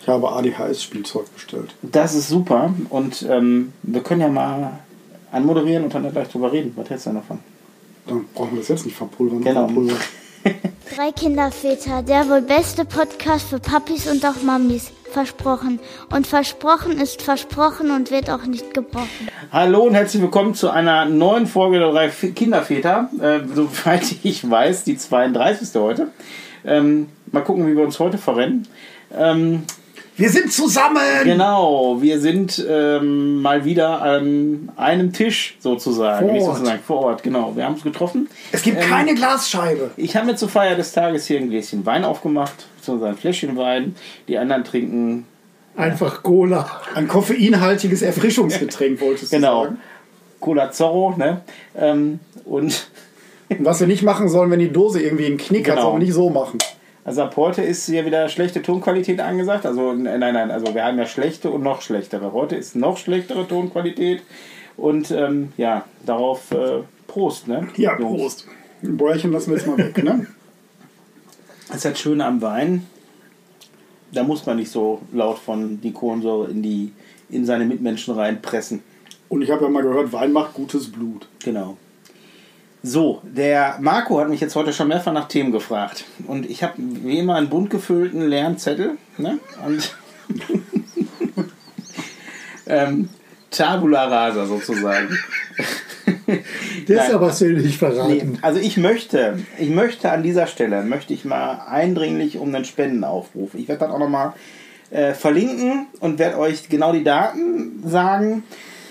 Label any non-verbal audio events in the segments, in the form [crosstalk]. Ich habe ADHS-Spielzeug bestellt. Das ist super und ähm, wir können ja mal anmoderieren und dann gleich drüber reden. Was hältst du denn davon? Dann brauchen wir das jetzt nicht verpulvern. Genau. Verpulvern. Drei Kinderväter, der wohl beste Podcast für Papis und auch Mamis. Versprochen. Und versprochen ist versprochen und wird auch nicht gebrochen. Hallo und herzlich willkommen zu einer neuen Folge der drei F- Kinderväter. Äh, [laughs] soweit ich weiß, die 32. heute. Ähm, mal gucken, wie wir uns heute verrennen. Ähm, Wir sind zusammen! Genau, wir sind ähm, mal wieder an einem Tisch sozusagen. Vor nicht Ort. sozusagen vor Ort, genau. Wir haben uns getroffen. Es gibt keine Glasscheibe. Ich habe mir zur Feier des Tages hier ein Gläschen Wein aufgemacht, beziehungsweise ein Fläschchen Wein. Die anderen trinken. Einfach Cola. Ein koffeinhaltiges Erfrischungsgetränk wolltest du Genau. sagen. Cola Zorro, ne? Ähm, und Und Was wir nicht machen sollen, wenn die Dose irgendwie einen Knick hat, Genau. sollen wir nicht so machen. also ab heute ist hier wieder schlechte Tonqualität angesagt. Also n- nein, nein, also wir haben ja schlechte und noch schlechtere. Heute ist noch schlechtere Tonqualität. Und ähm, ja, darauf äh, Prost, ne? Ja, Jungs. Prost. Ein Bäuerchen lassen wir jetzt mal weg, ne? Das ist das Schöne am Wein. Da muss man nicht so laut von die Kohlensäure in, die, in seine Mitmenschen reinpressen. Und ich habe ja mal gehört, Wein macht gutes Blut. Genau. So, der Marco hat mich jetzt heute schon mehrfach nach Themen gefragt. Und ich habe wie immer einen bunt gefüllten leeren Zettel. Ne? Und ähm, Tabula rasa [laughs] sozusagen. Das Nein. aber soll ich verraten. Nee, also ich möchte, ich möchte an dieser Stelle, möchte ich mal eindringlich um einen Spendenaufruf. Ich werde dann auch nochmal äh, verlinken und werde euch genau die Daten sagen.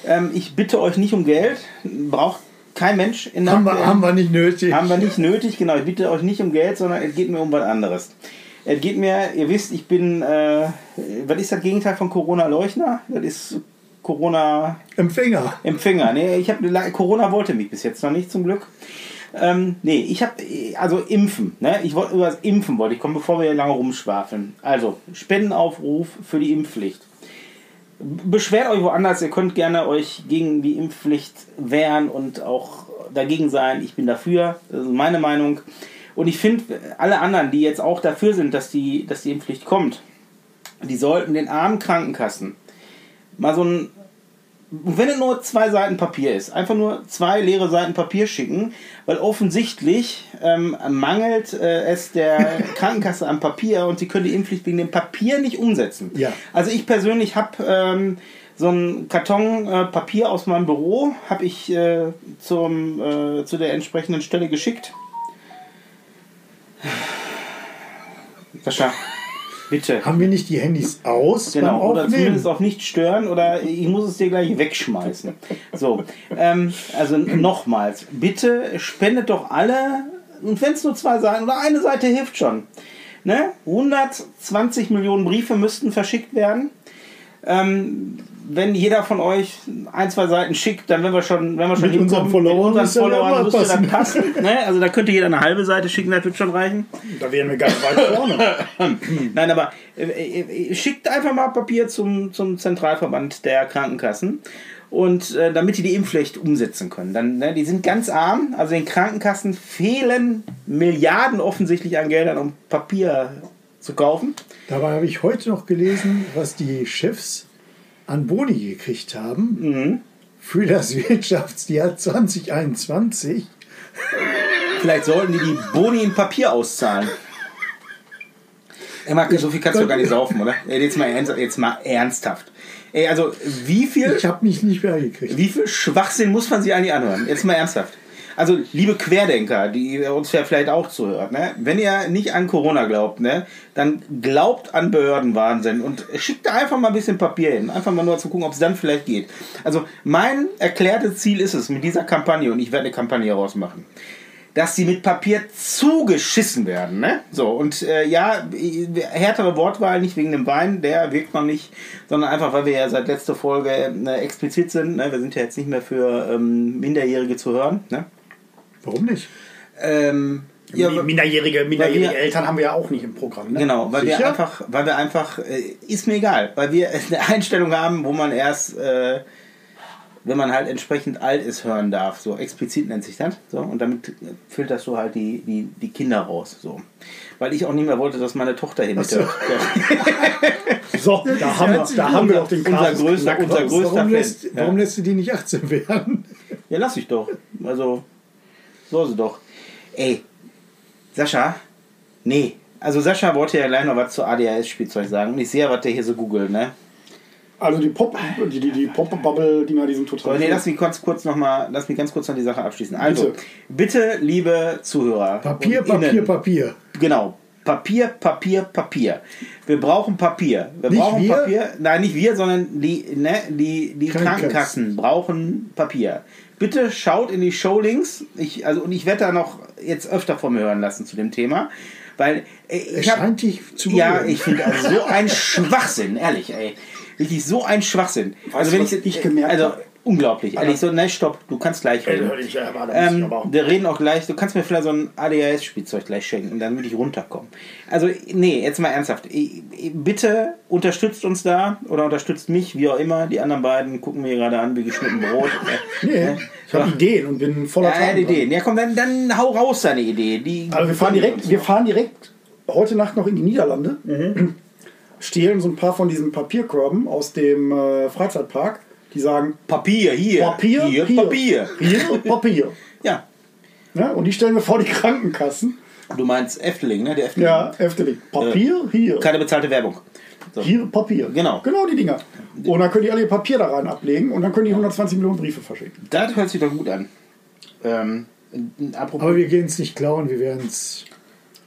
Ähm, ich bitte euch nicht um Geld, braucht kein Mensch in der Haben, wir, aktuellen- haben wir nicht nötig. haben wir nicht nötig, genau. Ich bitte euch nicht um Geld, sondern es geht mir um was anderes. Es geht mir, ihr wisst, ich bin, äh, was ist das Gegenteil von Corona-Leuchner? Das ist Corona... Empfänger. [laughs] Empfänger. Nee, ich habe Corona wollte mich bis jetzt noch nicht zum Glück. Ähm, nee, ich habe also impfen. Ne? Ich wollte über das Impfen wollte ich kommen, bevor wir hier lange rumschwafeln. Also Spendenaufruf für die Impfpflicht. B- Beschwert euch woanders. Ihr könnt gerne euch gegen die Impfpflicht wehren und auch dagegen sein. Ich bin dafür. Das ist meine Meinung. Und ich finde alle anderen, die jetzt auch dafür sind, dass die, dass die Impfpflicht kommt, die sollten den armen Krankenkassen mal so ein und wenn es nur zwei Seiten Papier ist, einfach nur zwei leere Seiten Papier schicken, weil offensichtlich ähm, mangelt äh, es [laughs] der Krankenkasse an Papier und sie können die Impfpflicht wegen dem Papier nicht umsetzen. Ja. Also ich persönlich habe ähm, so einen Karton äh, Papier aus meinem Büro, habe ich äh, zum, äh, zu der entsprechenden Stelle [laughs] geschickt. Sascha, bitte. Haben wir nicht die Handys aus Genau, beim oder zumindest Aufnehmen? auch nicht stören oder ich muss es dir gleich wegschmeißen. So, ähm, also nochmals, bitte spendet doch alle, und wenn es nur zwei Seiten oder eine Seite hilft schon. Ne? 120 Millionen Briefe müssten verschickt werden. Ähm, wenn jeder von euch ein, zwei Seiten schickt, dann wenn wir schon, wenn wir schon Mit unseren hinkommen, Followern mit unseren müsste das Followern mal müsste das passen. Ne? Also da könnte jeder eine halbe Seite schicken, das wird schon reichen. Da wären wir ganz weit [laughs] vorne. Nein, aber äh, äh, äh, schickt einfach mal Papier zum, zum Zentralverband der Krankenkassen. Und äh, damit die die Impfpflicht umsetzen können. Dann, ne, die sind ganz arm. Also den Krankenkassen fehlen Milliarden offensichtlich an Geldern, um Papier zu kaufen. Dabei habe ich heute noch gelesen, was die Chefs an Boni gekriegt haben Mhm. für das [laughs] Wirtschaftsjahr 2021. Vielleicht sollten die die Boni in Papier auszahlen. Ey, Marco, so viel kannst du doch gar nicht saufen, oder? Ey, jetzt, mal ernst, jetzt mal ernsthaft. Ey, also wie viel... Ich habe mich nicht mehr gekriegt. Wie viel Schwachsinn muss man sich eigentlich anhören? Jetzt mal ernsthaft. Also, liebe Querdenker, die ihr uns ja vielleicht auch zuhört, ne? wenn ihr nicht an Corona glaubt, ne? dann glaubt an Behördenwahnsinn und schickt da einfach mal ein bisschen Papier hin. Einfach mal nur zu gucken, ob es dann vielleicht geht. Also, mein erklärtes Ziel ist es mit dieser Kampagne, und ich werde eine Kampagne rausmachen, dass sie mit Papier zugeschissen werden. Ne? So, und äh, ja, äh, härtere Wortwahl, nicht wegen dem Wein, der wirkt noch nicht, sondern einfach, weil wir ja seit letzter Folge äh, explizit sind. Ne? Wir sind ja jetzt nicht mehr für ähm, Minderjährige zu hören. Ne? Warum nicht? Ähm, ja, Ja, minderjährige minderjährige wir- Eltern haben wir ja auch nicht im Programm. Ne? Genau, weil wir Sicher? einfach, weil wir einfach, äh, ist mir egal, weil wir [laughs] eine Einstellung haben, wo man erst, äh, wenn man halt entsprechend alt ist, hören darf. So explizit nennt sich das. So, und damit äh, filterst du halt die, die, [laughs] die Kinder raus. So. Weil ich auch nicht mehr wollte, dass meine Tochter hier mithört. Ja. So, da haben wir, da haben wir doch den Unser Kasus größter, geknackt. unser größter warum, Fan. lässt, ja. warum lässt du die nicht 18 werden? ja, lass ich doch. Also, so sie doch. Ey, Sascha, nee. Also Sascha wollte ja gleich noch was zu ADHS-Spielzeug sagen. Und ich sehe ja, was der hier so googelt, ne? Also die Pop, die, die, die Pop-Bubble-Dinger, die sind total. Aber nee, cool. lass mich ganz kurz noch mal, lass mich ganz kurz noch die Sache abschließen. Also, Bitte. bitte, liebe Zuhörer. Papier, und Innen, Papier, Papier. Genau. Papier, Papier, Papier. Wir brauchen Papier. Wir Nicht brauchen wir? Papier. Nein, nicht wir, sondern die, ne, die, die Krankenkassen. Krankenkassen brauchen Papier. Bitte schaut in die Showlinks. Ich, also, und ich werde da noch jetzt öfter von mir hören lassen zu dem Thema. Weil äh, Es ich hab- scheint dich zu ja, berühren. ich finde also so [laughs] ein Schwachsinn, ehrlich, ey. Wirklich so ein Schwachsinn. also du, wenn was ich ich gemerkt also hab? unglaublich, ehrlich so, nein, stopp, du kannst gleich Ey, reden. hör dich, ja, warte, muss ich Ähm, aber auch- wir reden auch gleich. Du kannst mir vielleicht so ein ADHS-Spielzeug gleich schenken, dann würde ich runterkommen. Also, nee, jetzt mal ernsthaft. Ich- ich- Bitte unterstützt uns da oder unterstützt mich, wie auch immer. Die anderen beiden gucken mir gerade an, wie [laughs] geschnitten Brot. Nee. Ich habe Ideen und bin voller Ja, Taten. Ideen. Ja, komm, dann, dann hau raus deine Idee. Die Also wir fahren direkt, wir fahren direkt heute Nacht noch in die Niederlande, Mhm. stehlen so ein paar von diesen Papierkörben aus dem äh, Freizeitpark, die sagen Papier, hier. Papier, hier, hier, Papier. hier, [laughs] Papier. Ja, Ja, und die stellen wir vor die Krankenkassen. Du meinst Efteling, ne? Der Efteling. Ja, Efteling. Papier hier. Keine bezahlte Werbung. So. Hier Papier. Genau. Genau die Dinger. Und dann können die alle ihr Papier da rein ablegen und dann können die 120 Millionen Briefe verschicken. Das hört sich doch gut an. Ähm, apropos. Aber wir gehen es nicht klauen, wir werden es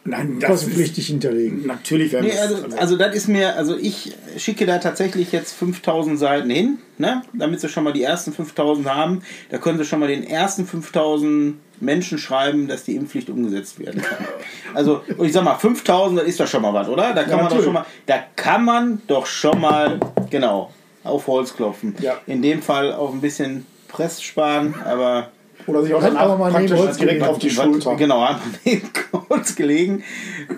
Nein, kostenpflichtig hinterlegen. Natürlich werden Nee, also, also das ist mir, also ich schicke da tatsächlich jetzt 5000 Seiten hin, ne? damit sie schon mal die ersten 5000 haben. Da können sie schon mal den ersten 5000 Menschen schreiben, dass die Impfpflicht umgesetzt werden kann. Also und ich sag mal, 5000, das ist doch schon mal was, oder? Da kann man doch natürlich. schon mal, da kann man doch schon mal, genau, auf Holz klopfen. Ja. In dem Fall auch ein bisschen Press sparen, aber Oder sich auch Kann danach aber mal praktisch nehmen, Holz direkt gelegt. auf die was- Schulter. Genau, hat [laughs] man neben Holz gelegen.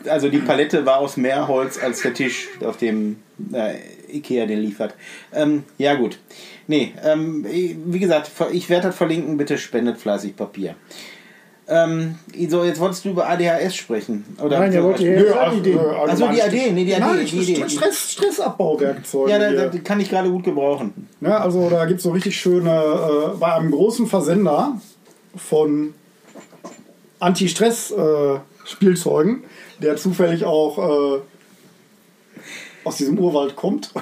Also die Palette war aus mehr Holz als der Tisch, auf dem äh, Ikea den liefert. Ähm, ja gut. Nee, ähm, wie gesagt, ich werde das verlinken. Bitte spendet fleißig Papier. Ähm, so, jetzt wolltest du über ADHS sprechen. Oder Nein, er wollte Nö, jetzt ach, an Ideen. nö, also Also meine die Sti- Idee, nee, die Idee, Nein, die Idee. Stress, Stressabbauwerkzeuge. Ja, da, hier. da kann ich gerade gut gebrauchen. [laughs] Ne, also da gibt es so richtig schöne, äh, bei einem großen Versender von Anti-Stress-Spielzeugen, der zufällig auch äh, aus diesem Urwald kommt. [laughs]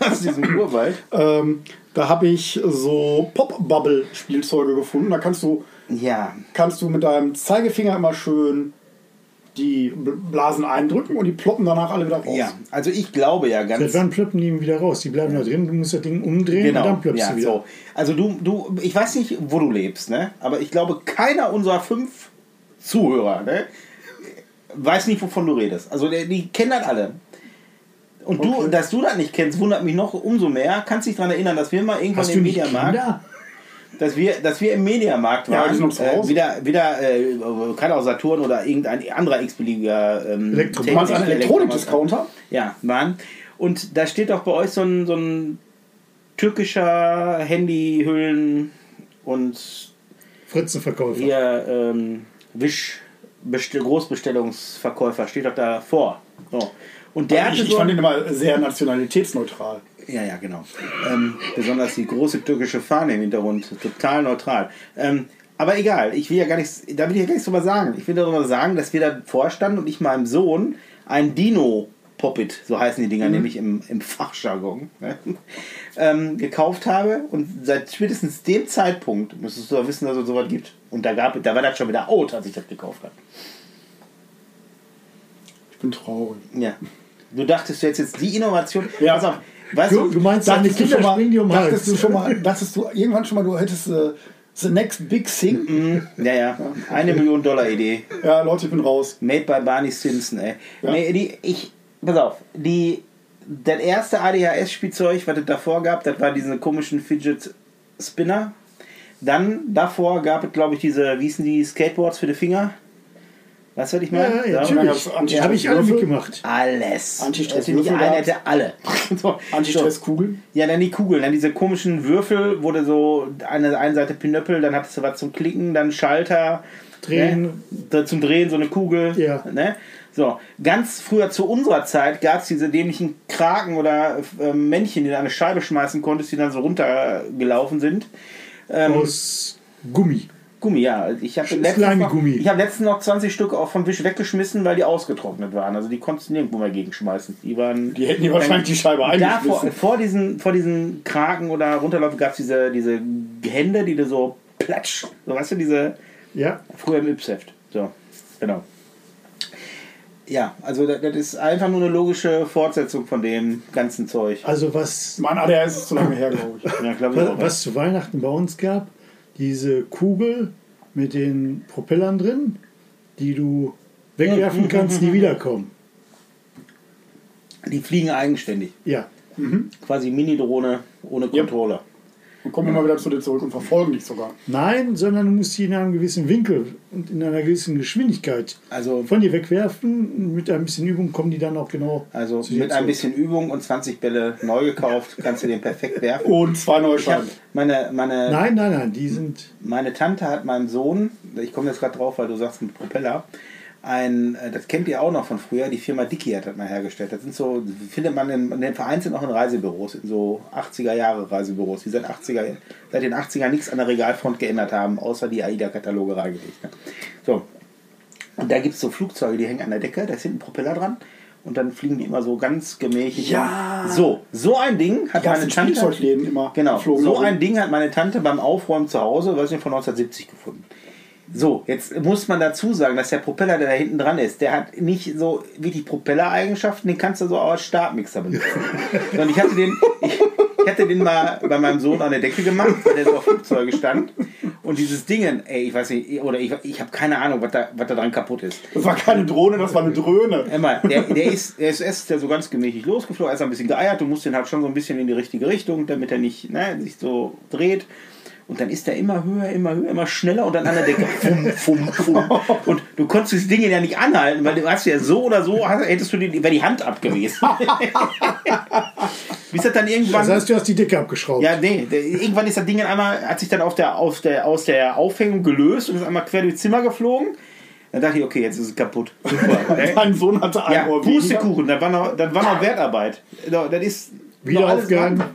Aus diesem Urwald. ähm, da habe ich so Pop-Bubble-Spielzeuge gefunden. Da kannst du, Ja, kannst du mit deinem Zeigefinger immer schön die Bl- Blasen eindrücken und die ploppen danach alle wieder raus. ja. Also ich glaube ja Seit ganz wann plöppen die wieder raus? Die bleiben da drin, du musst das Ding umdrehen und Genau, dann plöppst ja, du wieder. so. Also du, du, ich weiß nicht, wo du lebst, ne? Aber ich glaube, keiner unserer fünf Zuhörer, ne? Weiß nicht, wovon du redest. Also die, die kennen das alle. Und du, dass du das nicht kennst, wundert mich noch umso mehr. Kannst dich daran erinnern, dass wir mal irgendwann Hast du im nicht Mediamarkt, Kinder? dass wir, dass wir im Mediamarkt Ja, die waren, sind noch zu äh, Hause. wieder, wieder, äh, kann auch Saturn oder irgendein anderer x-beliebiger ähm, Elektro- Du meinst einen Technik- Elektronik-Discounter? ja, waren. Und da steht auch bei euch so ein, so ein türkischer Handyhüllen und Fritzenverkäufer. hier ähm, Wisch Bestell- Großbestellungsverkäufer steht doch da vor. So. Und der Ich, hatte ich so, fand ihn immer sehr nationalitätsneutral. ja, ja, genau. Ähm, besonders die große türkische Fahne im Hintergrund. Total neutral. Ähm, aber egal, ich will ja gar nichts, da will ich ja gar nichts drüber sagen. Ich will darüber sagen, dass wir da vorstanden und ich meinem Sohn ein Dino Poppet, so heißen die Dinger Mhm. nämlich im, im Fachjargon, ne? [laughs] ähm, gekauft habe. Und seit spätestens dem Zeitpunkt müsstest du doch wissen, dass es sowas gibt. Und da, gab, da war das schon wieder out, als ich das gekauft habe. Ich bin traurig. Ja. Du dachtest, du hättest jetzt die Innovation. Ja. Pass auf, weißt Du, du meinst, deine Dachtest du, Kinder schon mal, springen dir um den dachtest du Hals. schon mal, dachtest du irgendwann schon mal, du hättest äh, the next big Mhm. thing? Ja, ja. Eine Million Dollar Idee. Ja, Leute, ich bin raus. Made by Barney Stinson, ey. Ja. Nee, die, ich, pass auf, die, das erste ADHS-Spielzeug, was es davor gab, das war diese komischen Fidget Spinner. Dann davor gab es, glaube ich, diese, wie hießen die, Skateboards für die Finger. Weißt du, was ich meine? Ja, So. ja, natürlich. Ja, ganz Ja, Habe ich alle Antistress- mitgemacht. Alles. Antistress- Also nicht Würfel einer gab's. hätte alle. so. Antistresskugel. Ja, dann die Kugeln, dann diese komischen Würfel, wo du so an der einen Seite Pinöppel, dann hattest du was zum Klicken, dann Schalter. Drehen. Ne? Da Zum Drehen so eine Kugel. Ja. Ne? So, ganz früher zu unserer Zeit gab es diese dämlichen Kraken oder äh, Männchen, die du an eine Scheibe schmeißen konntest, die dann so runtergelaufen sind. Ähm, Aus Gummi. Gummi, ja. also Ich habe Schönes letztens, noch- Slime-Gummi. ich hab letztens noch 20 Stück auch vom Wisch weggeschmissen, weil die ausgetrocknet waren. Also die konntest du nirgendwo mehr gegenschmeißen. Die waren. Die hätten dir wahrscheinlich die Scheibe da vor, eingeschmissen. vor, diesen, vor diesen Kragen oder Runterläufen gab es diese, diese Hände, die du so platsch, so weißt du, diese Ja. früher im Yps-Heft. So, genau. Ja, also das, das ist einfach nur eine logische Fortsetzung von dem ganzen Zeug. Also was, Mein ADHS ist zu lange her, glaube ich. Ja, glaub ich auch, ja. was, was zu Weihnachten bei uns gab, diese Kugel mit den Propellern drin, die du wegwerfen [laughs] kannst, die wiederkommen. Die fliegen eigenständig. Ja. Quasi Mini-Drohne ohne Controller. Dann kommen wir mal wieder zu dir zurück und verfolgen dich sogar. Nein, sondern du musst sie in einem gewissen Winkel und in einer gewissen Geschwindigkeit Also von dir wegwerfen. Mit ein bisschen Übung kommen die dann auch genau. Also zu dir mit ein zurück. bisschen Übung und 20 Bälle neu gekauft, kannst du den [laughs] perfekt werfen. Und zwei neue Ich hab, Scheiben. meine, meine, Nein, nein, nein, die sind. meine Tante hat meinem Sohn, ich komme jetzt gerade drauf, weil du sagst mit Propeller, ein, äh, das kennt ihr auch noch von früher, die Firma Dickey hat das mal hergestellt. Das sind so, findet man in, in den Vereinzelten auch in Reisebüros, in so 80er Jahre Reisebüros, die seit, 80er, seit den 80ern nichts an der Regalfront geändert haben, außer die AIDA-Kataloge reingelegt. Ne? So, und da gibt es so Flugzeuge, die hängen an der Decke, da ist hinten ein Propeller dran und dann fliegen die immer so ganz gemächlich. Ja. So, so ein Ding hat Die meine ganzen Tante. Spielzeugläden immer Genau, geflogen so darum. ein Ding hat meine Tante beim Aufräumen zu Hause, weiß nicht, von 1970 gefunden. So, jetzt muss man dazu sagen, dass der Propeller, der da hinten dran ist, der hat nicht so wirklich Propeller-Eigenschaften, den kannst du so auch als Stabmixer benutzen. Sondern ich hatte den, ich, ich hatte den mal bei meinem Sohn an der Decke gemacht, weil der so auf Flugzeuge stand. Und dieses Dingen, ey, ich weiß nicht, oder ich, ich habe keine Ahnung, was da, was da dran kaputt ist. Das war keine Drohne, das war eine Dröhne. Emma, [laughs] der, der ist, der ist, ist der so ganz gemächlich losgeflogen, er ist ein bisschen geeiert, du musst den halt schon so ein bisschen in die richtige Richtung, damit er nicht ne, sich so dreht. Und dann ist er immer höher, immer höher, immer schneller und dann an der [laughs] Decke. Fum, fum, fum. Und du konntest das Ding ja nicht anhalten, weil du hast ja so oder so, hast- hättest du die, wäre die Hand [laughs] abgewesen. Bis das dann irgendwann. Das heißt, du hast die Decke abgeschraubt. Ja, nee, der, irgendwann ist das Ding dann einmal, hat sich dann auf der, auf der, aus der Aufhängung gelöst und ist einmal quer durchs Zimmer geflogen. Dann dachte ich, okay, jetzt ist es kaputt. [laughs] Super. ne? Mein Sohn hatte ein Ja, Ohr weniger. Pustekuchen, dann war noch, dann war noch Wertarbeit. So, das ist Wieder noch alles aufgehangen. dran. Äh,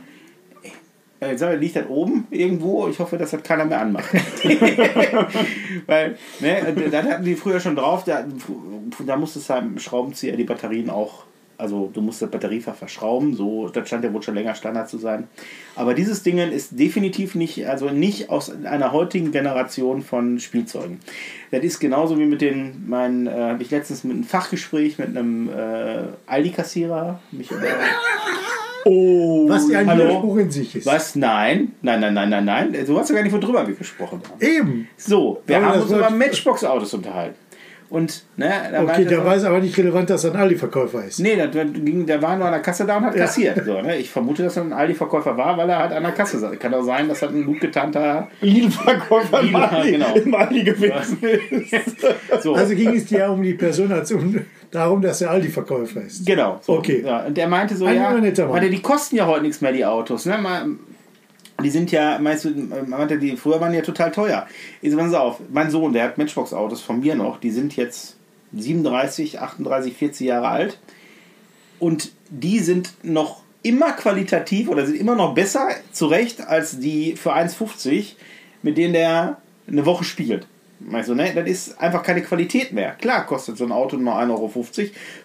Jetzt sag ich, liegt das oben irgendwo. Ich hoffe, dass das keiner mehr anmacht. Weil, ne, das hatten die früher schon drauf. Da, da musstest du halt mit dem Schraubenzieher die Batterien auch, also du musst das Batteriefach verschrauben. So, das scheint ja wohl schon länger Standard zu sein. Aber dieses Ding ist definitiv nicht, also nicht aus einer heutigen Generation von Spielzeugen. Das ist genauso wie mit den, mein, äh, habe ich letztens mit einem Fachgespräch mit einem äh, Aldi-Kassierer mich über. Oh, Was ja ein Hallo? Widerspruch in sich ist. Was? Nein, nein, nein, nein, nein, nein. Du hast ja gar nicht, worüber wir gesprochen haben. Eben. So, wir Aber haben das uns über wollte- Matchbox-Autos unterhalten. Und, ne, da Okay, meinte da er- war es aber nicht relevant, dass er ein Aldi-Verkäufer ist. Nee, da, da, ging, da war nur an der Kasse da und hat kassiert. So, ne? Ich vermute, dass er ein Aldi-Verkäufer war, weil er halt an der Kasse saß. Kann auch sein, dass er ein gut getanter. Lidl-Verkäufer im Lidl, ja, Aldi genau. im Aldi [laughs] gewesen ist. [laughs] So, Also ging es dir um die Person als um, [laughs] darum, dass er Aldi-Verkäufer ist. genau. So. Okay. Ja, und er meinte so, Ein ja, junger netter Mann. meinte, die kosten ja heute nichts mehr, die Autos. Ne? Mal, Die sind ja, meinst du, man meinte, die früher waren die ja total teuer. Ich so, pass auf, mein Sohn, der hat Matchbox-Autos von mir noch, die sind jetzt 37, 38, 40 Jahre alt. Und die sind noch immer qualitativ oder sind immer noch besser zurecht als die für 1,50, mit denen der eine Woche spielt. Also, ne, das ist einfach keine Qualität mehr. Klar kostet so ein Auto nur 1,50 Euro.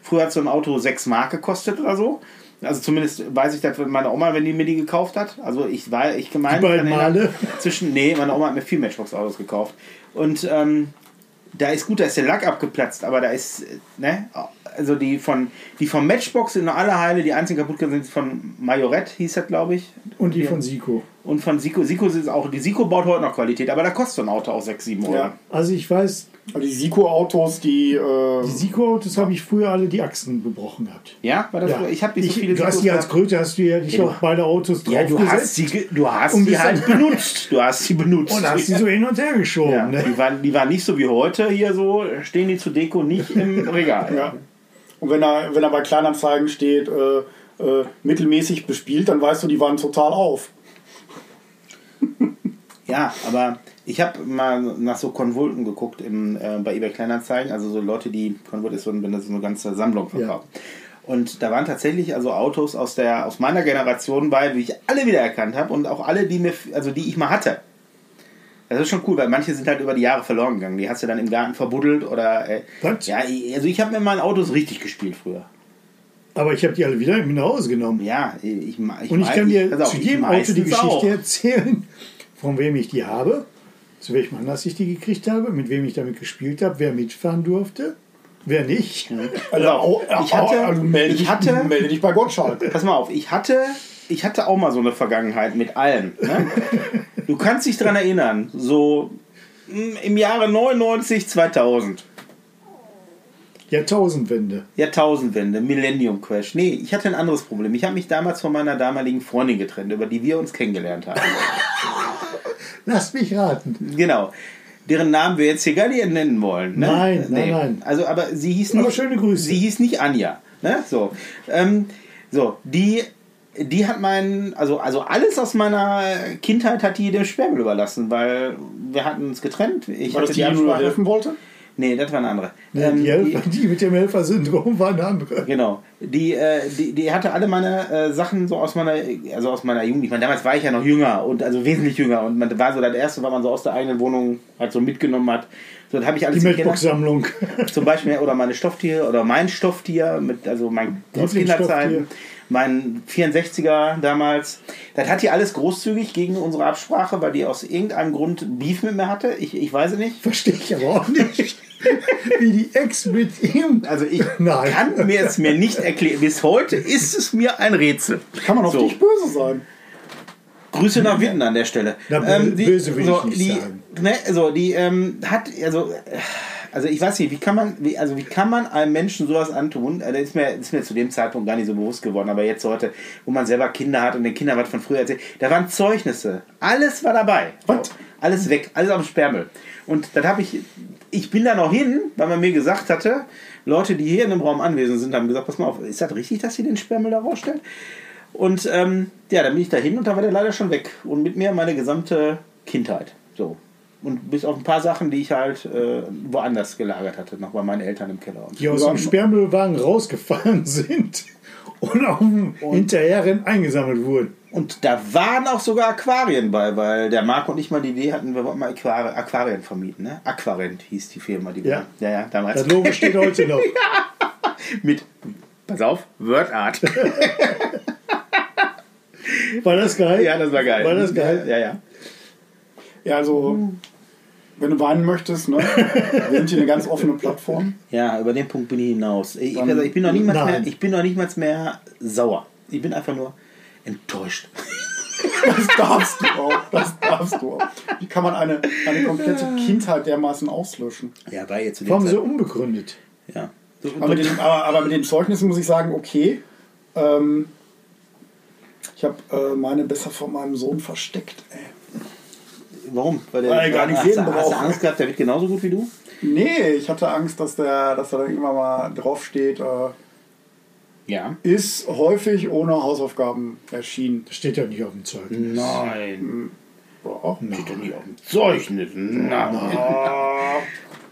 Früher hat so ein Auto 6 Mark gekostet oder so. Also zumindest weiß ich das von meiner Oma, wenn die mir die gekauft hat. Also ich war, ich gemeint, Die beiden Male. zwischen, nee, meine Oma hat mir viel Matchbox-Autos gekauft. Und ähm, da ist gut, da ist der Lack abgeplatzt, aber da ist, äh, ne, also die von, die von Matchbox sind noch alle heile, die einzigen kaputt gegangen sind von Majorette, hieß das, glaube ich. Und die von Siko. Und von Sico, Sico ist auch, die Sico baut heute noch Qualität, aber da kostet so ein Auto auch 6, 7 Euro. Ja. Also ich weiß, Also die Siko-Autos, die. Äh, die Siko-Autos habe ich früher alle die Achsen gebrochen gehabt. Ja, war das Ja. so? Ich habe nicht so viele du hast Sicos die als gehabt. Kröte, hast du ja nicht Ja, du- auf beide Autos Ja, du hast draufgesetzt. sie, ge- du hast Und sie bist halt benutzt. Du hast sie benutzt. [laughs] und hast die so hin und her geschoben. ja. Ne? die, waren, die waren nicht so wie heute hier so, stehen die zur Deko nicht [laughs] im Regal. ja. Und wenn er, wenn er bei Kleinanzeigen steht, äh, äh, mittelmäßig bespielt, dann weißt du, die waren total auf. Ja, aber Ich habe mal nach so Konvolten geguckt im, äh, bei eBay Kleinanzeigen, also so Leute, die Konvolt ist so, ein- wenn das so eine ganze Sammlung verkauft. Und da waren tatsächlich also Autos aus der aus meiner Generation bei, die ich alle wiedererkannt habe und auch alle, die mir also die ich mal hatte. Das ist schon cool, weil manche sind halt über die Jahre verloren gegangen. Die hast du dann im Garten verbuddelt oder äh, Was? ja, ich- also ich habe mit meinen Autos richtig gespielt früher. Aber ich habe die alle wieder mit nach Hause genommen. Ja, ich, ich Und ich kann dir pass auf, zu ich jedem Auto die meistens Geschichte auch. erzählen, [laughs] von wem ich die habe, zu welchem Anlass ich die gekriegt habe, mit wem ich damit gespielt habe, wer mitfahren durfte, wer nicht. Also, au- ich hatte- au- also melde, ich dich, [laughs] hatte- melde dich bei Gottschalk. Pass mal auf, ich hatte, ich hatte auch mal so eine Vergangenheit mit allem. Ne? [laughs] Du kannst dich dran erinnern, so mm, im Jahre 99, 2000. Jahrtausendwende. Jahrtausendwende, Millennium Crash. Nee, ich hatte ein anderes Problem. Ich habe mich damals von meiner damaligen Freundin getrennt, über die wir uns kennengelernt [laughs] haben. Lass mich raten. genau. Deren Namen wir jetzt hier gar nicht nennen wollen. Ne? Nein, nein, nein. Also, aber sie hieß Aber nicht. schöne Grüße. Sie hieß nicht Anja. Ne? So. Ähm, so, die, die hat mein, also, also alles aus meiner Kindheit hat die dem Schwäbel überlassen, weil wir hatten uns getrennt. Ich War hatte das die, die du Ansprache- helfen wollte? Nee, das war eine andere. Die, Ähm, die- Helfer, die mit dem Helfersyndrom waren andere. Genau. Die, äh, die, die hatte alle meine äh, Sachen so aus meiner, also aus meiner Jugend. Ich meine, damals war ich ja noch jünger und also wesentlich jünger. Und man war so das erste, was man so aus der eigenen Wohnung halt so mitgenommen hat. So, das habe ich alles Die im Keller. Matchbox-Sammlung. [laughs] Zum Beispiel, oder meine Stofftiere, oder mein Stofftier, mit, also mein aus Kinderzeiten, Lieblingsstofftier. mein 64er damals. Das hat die alles großzügig gegen unsere Absprache, weil die aus irgendeinem Grund Beef mit mir hatte. Ich, ich weiß es nicht. Verstehe ich aber auch nicht, [laughs] wie die Ex mit ihm. Also ich Nein. kann mir es mir nicht erklären. Bis heute ist es mir ein Rätsel. Kann man auf so. dich böse sein. Grüße nach Witten an der Stelle. Ähm, Na, bö- böse will ich nicht die, sagen. Ne, also die ähm, hat also äh, also ich weiß nicht, wie kann man wie, also wie kann man einem Menschen sowas antun? Äh, Das ist mir ist mir zu dem Zeitpunkt gar nicht so bewusst geworden, aber jetzt heute, wo man selber Kinder hat und den Kindern was von früher erzählt, da waren Zeugnisse, alles war dabei. Was? Alles weg, alles am Sperrmüll. Und dann habe ich ich bin da noch hin, weil man mir gesagt hatte, Leute, die hier in dem Raum anwesend sind, haben gesagt, pass mal auf, ist das richtig, dass sie den Sperrmüll da rausstellt? Und ähm, ja, dann bin ich dahin und dann war der leider schon weg. Und mit mir meine gesamte Kindheit. So. Und bis auf ein paar Sachen, die ich halt äh, woanders gelagert hatte, noch bei meinen Eltern im Keller. Und die aus dem Sperrmüllwagen rausgefahren [laughs] sind und auf dem Hinterherrennen eingesammelt wurden. Und da waren auch sogar Aquarien bei, weil der Marco und ich mal die Idee hatten, wir wollten mal Aquari Aquarien vermieten, ne? Aquarent hieß die Firma, die wir. Ja. ja, ja damals. Das Also, Logo steht heute noch. Mit, pass auf, [laughs] WordArt. War das geil? [laughs] ja, das war geil. War das geil? Ja, ja. Ja, Hm. also, wenn du weinen möchtest, [laughs] ne? wir sind hier eine ganz offene Plattform. Ja, über den Punkt bin ich hinaus. Ich, ich, ich bin noch niemals mehr, Nein. ich bin noch niemals mehr sauer. Ich bin einfach nur enttäuscht. Das darfst du auch. Das darfst du auch. Wie kann man eine, eine komplette Kindheit dermaßen auslöschen? Ja, war jetzt zu Warum dem so Zeit, unbegründet? ja. Aber mit, dem, aber, aber mit dem Zeugnis muss ich sagen, okay. Ähm, ich habe äh, meine besser vor meinem Sohn versteckt. Ey. Warum? Weil, der, Weil er gar nicht hast, du- sehen hast du braucht. Angst gehabt, der wird genauso gut wie du? Nee, ich hatte Angst, dass, der, dass da dann irgendwann mal draufsteht, äh, Ja. ist häufig ohne Hausaufgaben erschienen. Das steht ja nicht auf dem Zeug. Nein. Boah, Steht doch nicht auf dem Zeugnis. Nein. [laughs]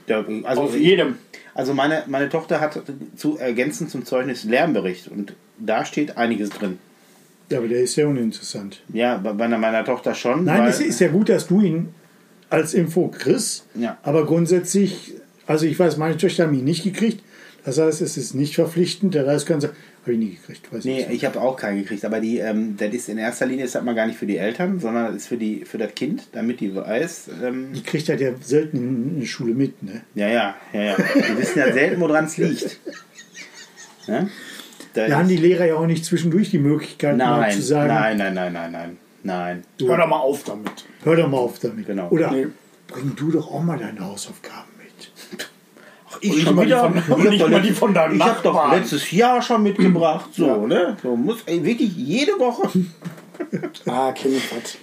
Der- Also, Auf jedem. Also meine, meine Tochter hat zu ergänzend zum Zeugnis Lernbericht und da steht einiges drin. Ja, aber der ist sehr uninteressant. Ja, bei bei meiner Tochter schon. Nein, weil, es ist ja gut, dass du ihn als Info kriegst. Ja. Aber grundsätzlich, also ich weiß, meine Töchter haben ihn nicht gekriegt. Das heißt, es ist nicht verpflichtend. Der Rest kann sagen, habe ich nie gekriegt. Weiß Nee, nicht. ich habe auch keinen gekriegt, aber die, ähm, das ist in erster Linie, ist das mal gar nicht für die Eltern, sondern das ist für, die, für das Kind, damit die weiß. Ähm, Die kriegt halt ja selten in- in der Schule mit. Ne? ja, ja, ja, ja. Die wissen ja selten, woran es liegt. Ne? Da Da haben ist- die Lehrer ja auch nicht zwischendurch die Möglichkeit, mal nein, zu sagen, nein, nein, nein, nein, nein, nein. Hör doch mal auf damit. hör doch mal auf damit. Genau. Oder Nee. bring du doch auch mal deine Hausaufgaben mit. ich schon mal die von- [laughs] ich hab nicht doch mal letzt- die von deinem ich hab doch Nachbarn. letztes Jahr schon mitgebracht, so, ne? So muss ey, wirklich jede Woche. Ah, Kindheit.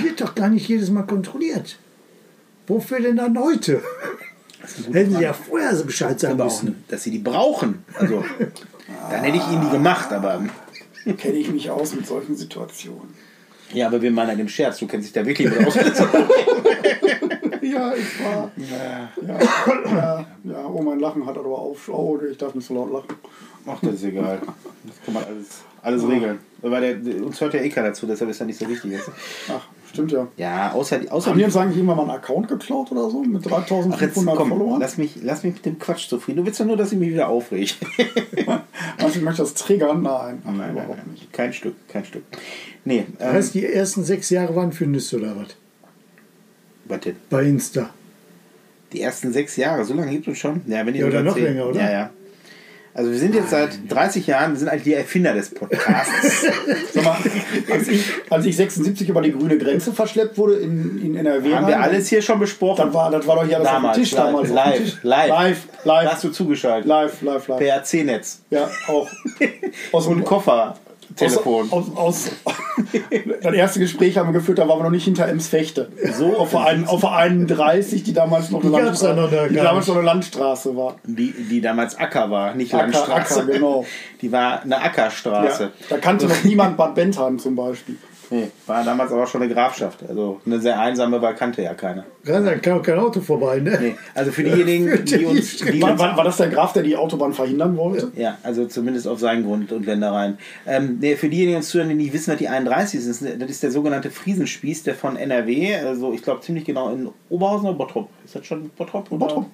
Wird doch gar nicht jedes Mal kontrolliert. Wofür denn dann heute? [laughs] Hätten sie ja vorher so Bescheid sagen Aber auch, müssen. dass sie die brauchen. Also, dann hätte ich ihnen die gemacht, aber Kenne ich mich aus mit solchen Situationen. Ja, aber wir meinen einen Scherz. Du kennst dich da wirklich mit aus. Ja, ich war. Ja, ja, ja, oh, mein Lachen hat aber auf. Oh, ich darf nicht so laut lachen. [laughs] Ach, das ist egal. Das kann man alles, alles regeln. Weil der, uns hört ja eh keiner dazu, deshalb ist das nicht so wichtig jetzt. Ach, stimmt ja. Ja, außer, die- außer Haben die uns eigentlich immer mal einen Account geklaut oder so? Mit Ach, jetzt 3500 komm, Followern? lass mich, lass mich mit dem Quatsch zufrieden. Du willst ja nur, dass ich mich wieder aufrege. Also, ich möchte das triggern? Nein, Oh nein überhaupt nicht. Kein Stück, kein Stück. Nee, Das ähm, heißt, die ersten sechs Jahre waren für Nüsse oder was? was denn? Bei Insta. Die ersten sechs Jahre, so lange gibt es schon. Ja, wenn ihr Ja, oder über noch länger, oder? Ja, ja. Also wir sind jetzt seit 30 Jahren, wir sind eigentlich die Erfinder des Podcasts. Sag mal, als ich, als ich 76 über die grüne Grenze verschleppt wurde in, in NRW, Haben wir alles hier schon besprochen. Das war, das war doch hier alles auf damals, dem Tisch live, damals. auf dem live, Tisch. live, live, Da live, Hast du zugeschaltet? live, live, live. PAC-Netz. Ja, auch. Aus Und Koffertelefon. Aus, aus, aus, das erste Gespräch haben wir geführt, da waren wir noch nicht hinter Ems Fechte. So? Auf der, einen, auf der 31, die damals noch eine, gab's ja noch da Landstraße, die gar damals nicht. noch eine Landstraße war. Die, die damals Acker war, nicht Acker, Landstraße. Acker, genau. [laughs] Die war eine Ackerstraße. Ja, da kannte [laughs] noch niemand Bad Bentheim zum Beispiel. Nee, war damals aber schon eine Grafschaft. Also eine sehr einsame, weil kannte ja keiner. Gerade da kam kein Auto vorbei, ne? Nee, also für diejenigen, die uns. Die War, uns war, war das der Graf, der die Autobahn verhindern wollte? ja, also zumindest auf seinen Grund und Ländereien. Ähm, nee, für diejenigen, die uns zuhören, die nicht wissen, was die 31 ist, das ist der sogenannte Friesenspieß, der von NRW, also ich glaube ziemlich genau in Oberhausen oder Bottrop. Ist das schon Bottrop? oder? Bottrop.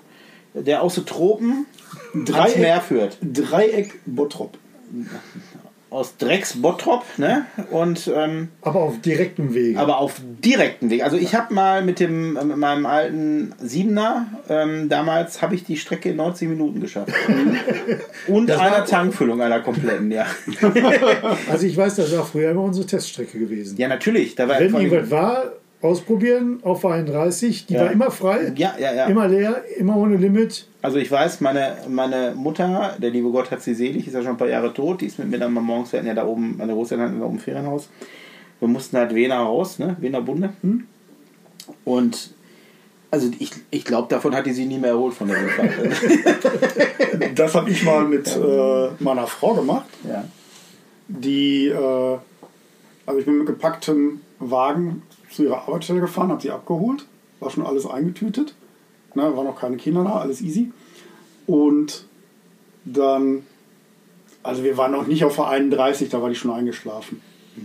Der aus den Tropen ans Äh, Dreieck. Meer führt. Dreieck Bottrop. Aus Drecks Bottrop, ne? Und ähm, Aber auf direktem Weg. Aber auf direkten Weg. Also ich habe mal mit dem äh, mit meinem alten Siebener, ähm, damals habe ich die Strecke in 90 Minuten [laughs] geschafft. Und einer Tankfüllung, einer kompletten, [laughs] ja. Also ich weiß, das war früher immer unsere Teststrecke gewesen. Ja, natürlich. Da war Wenn vor allem- irgendwas war, ausprobieren auf 31, die Ja. war immer frei, ja, ja, ja. immer leer, immer ohne Limit. Also ich weiß, meine, meine Mutter, der liebe Gott hat sie selig, ist ja schon ein paar Jahre tot, die ist mit mir dann mal morgens, wir hatten ja da oben, meine Großeltern hatten da oben ein Ferienhaus. Wir mussten halt Wena raus, ne? Wena Bunde. Hm? Und also ich, ich glaube, davon hat die sie nie mehr erholt von der Rückfahrt. Das habe ich mal mit äh, meiner Frau gemacht. ja. die, äh, also ich bin mit gepacktem Wagen zu ihrer Arbeitsstelle gefahren, habe sie abgeholt, war schon alles eingetütet, ne, waren noch keine Kinder da, alles easy. Und dann, also wir waren noch nicht auf der 31, da war die schon eingeschlafen.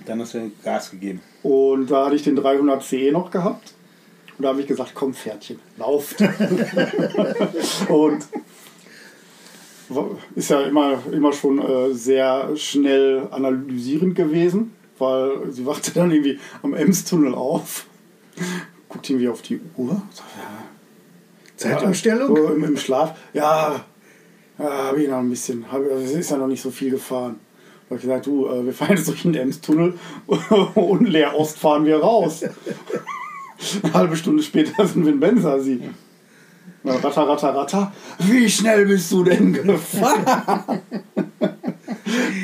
Dann hast du Gas gegeben. Und da hatte ich den 300 CE noch gehabt. Und da habe ich gesagt, komm Pferdchen, lauft. und ist ja immer, immer schon äh, sehr schnell analysierend gewesen, weil sie wachte dann irgendwie am Ems-Tunnel auf, guckt irgendwie auf die Uhr, sagt, Zeitumstellung? so im, im Schlaf. Ja, ja habe ich noch ein bisschen. Hab, also es ist ja noch nicht so viel gefahren. Da habe ich gesagt, du, äh, wir fahren jetzt durch den Ems-Tunnel [laughs] und leer Ost fahren wir raus. [laughs] Eine halbe Stunde später sind wir in Bensasi. Na, ratter, ratter, ratter. Wie schnell bist du denn gefahren? [laughs]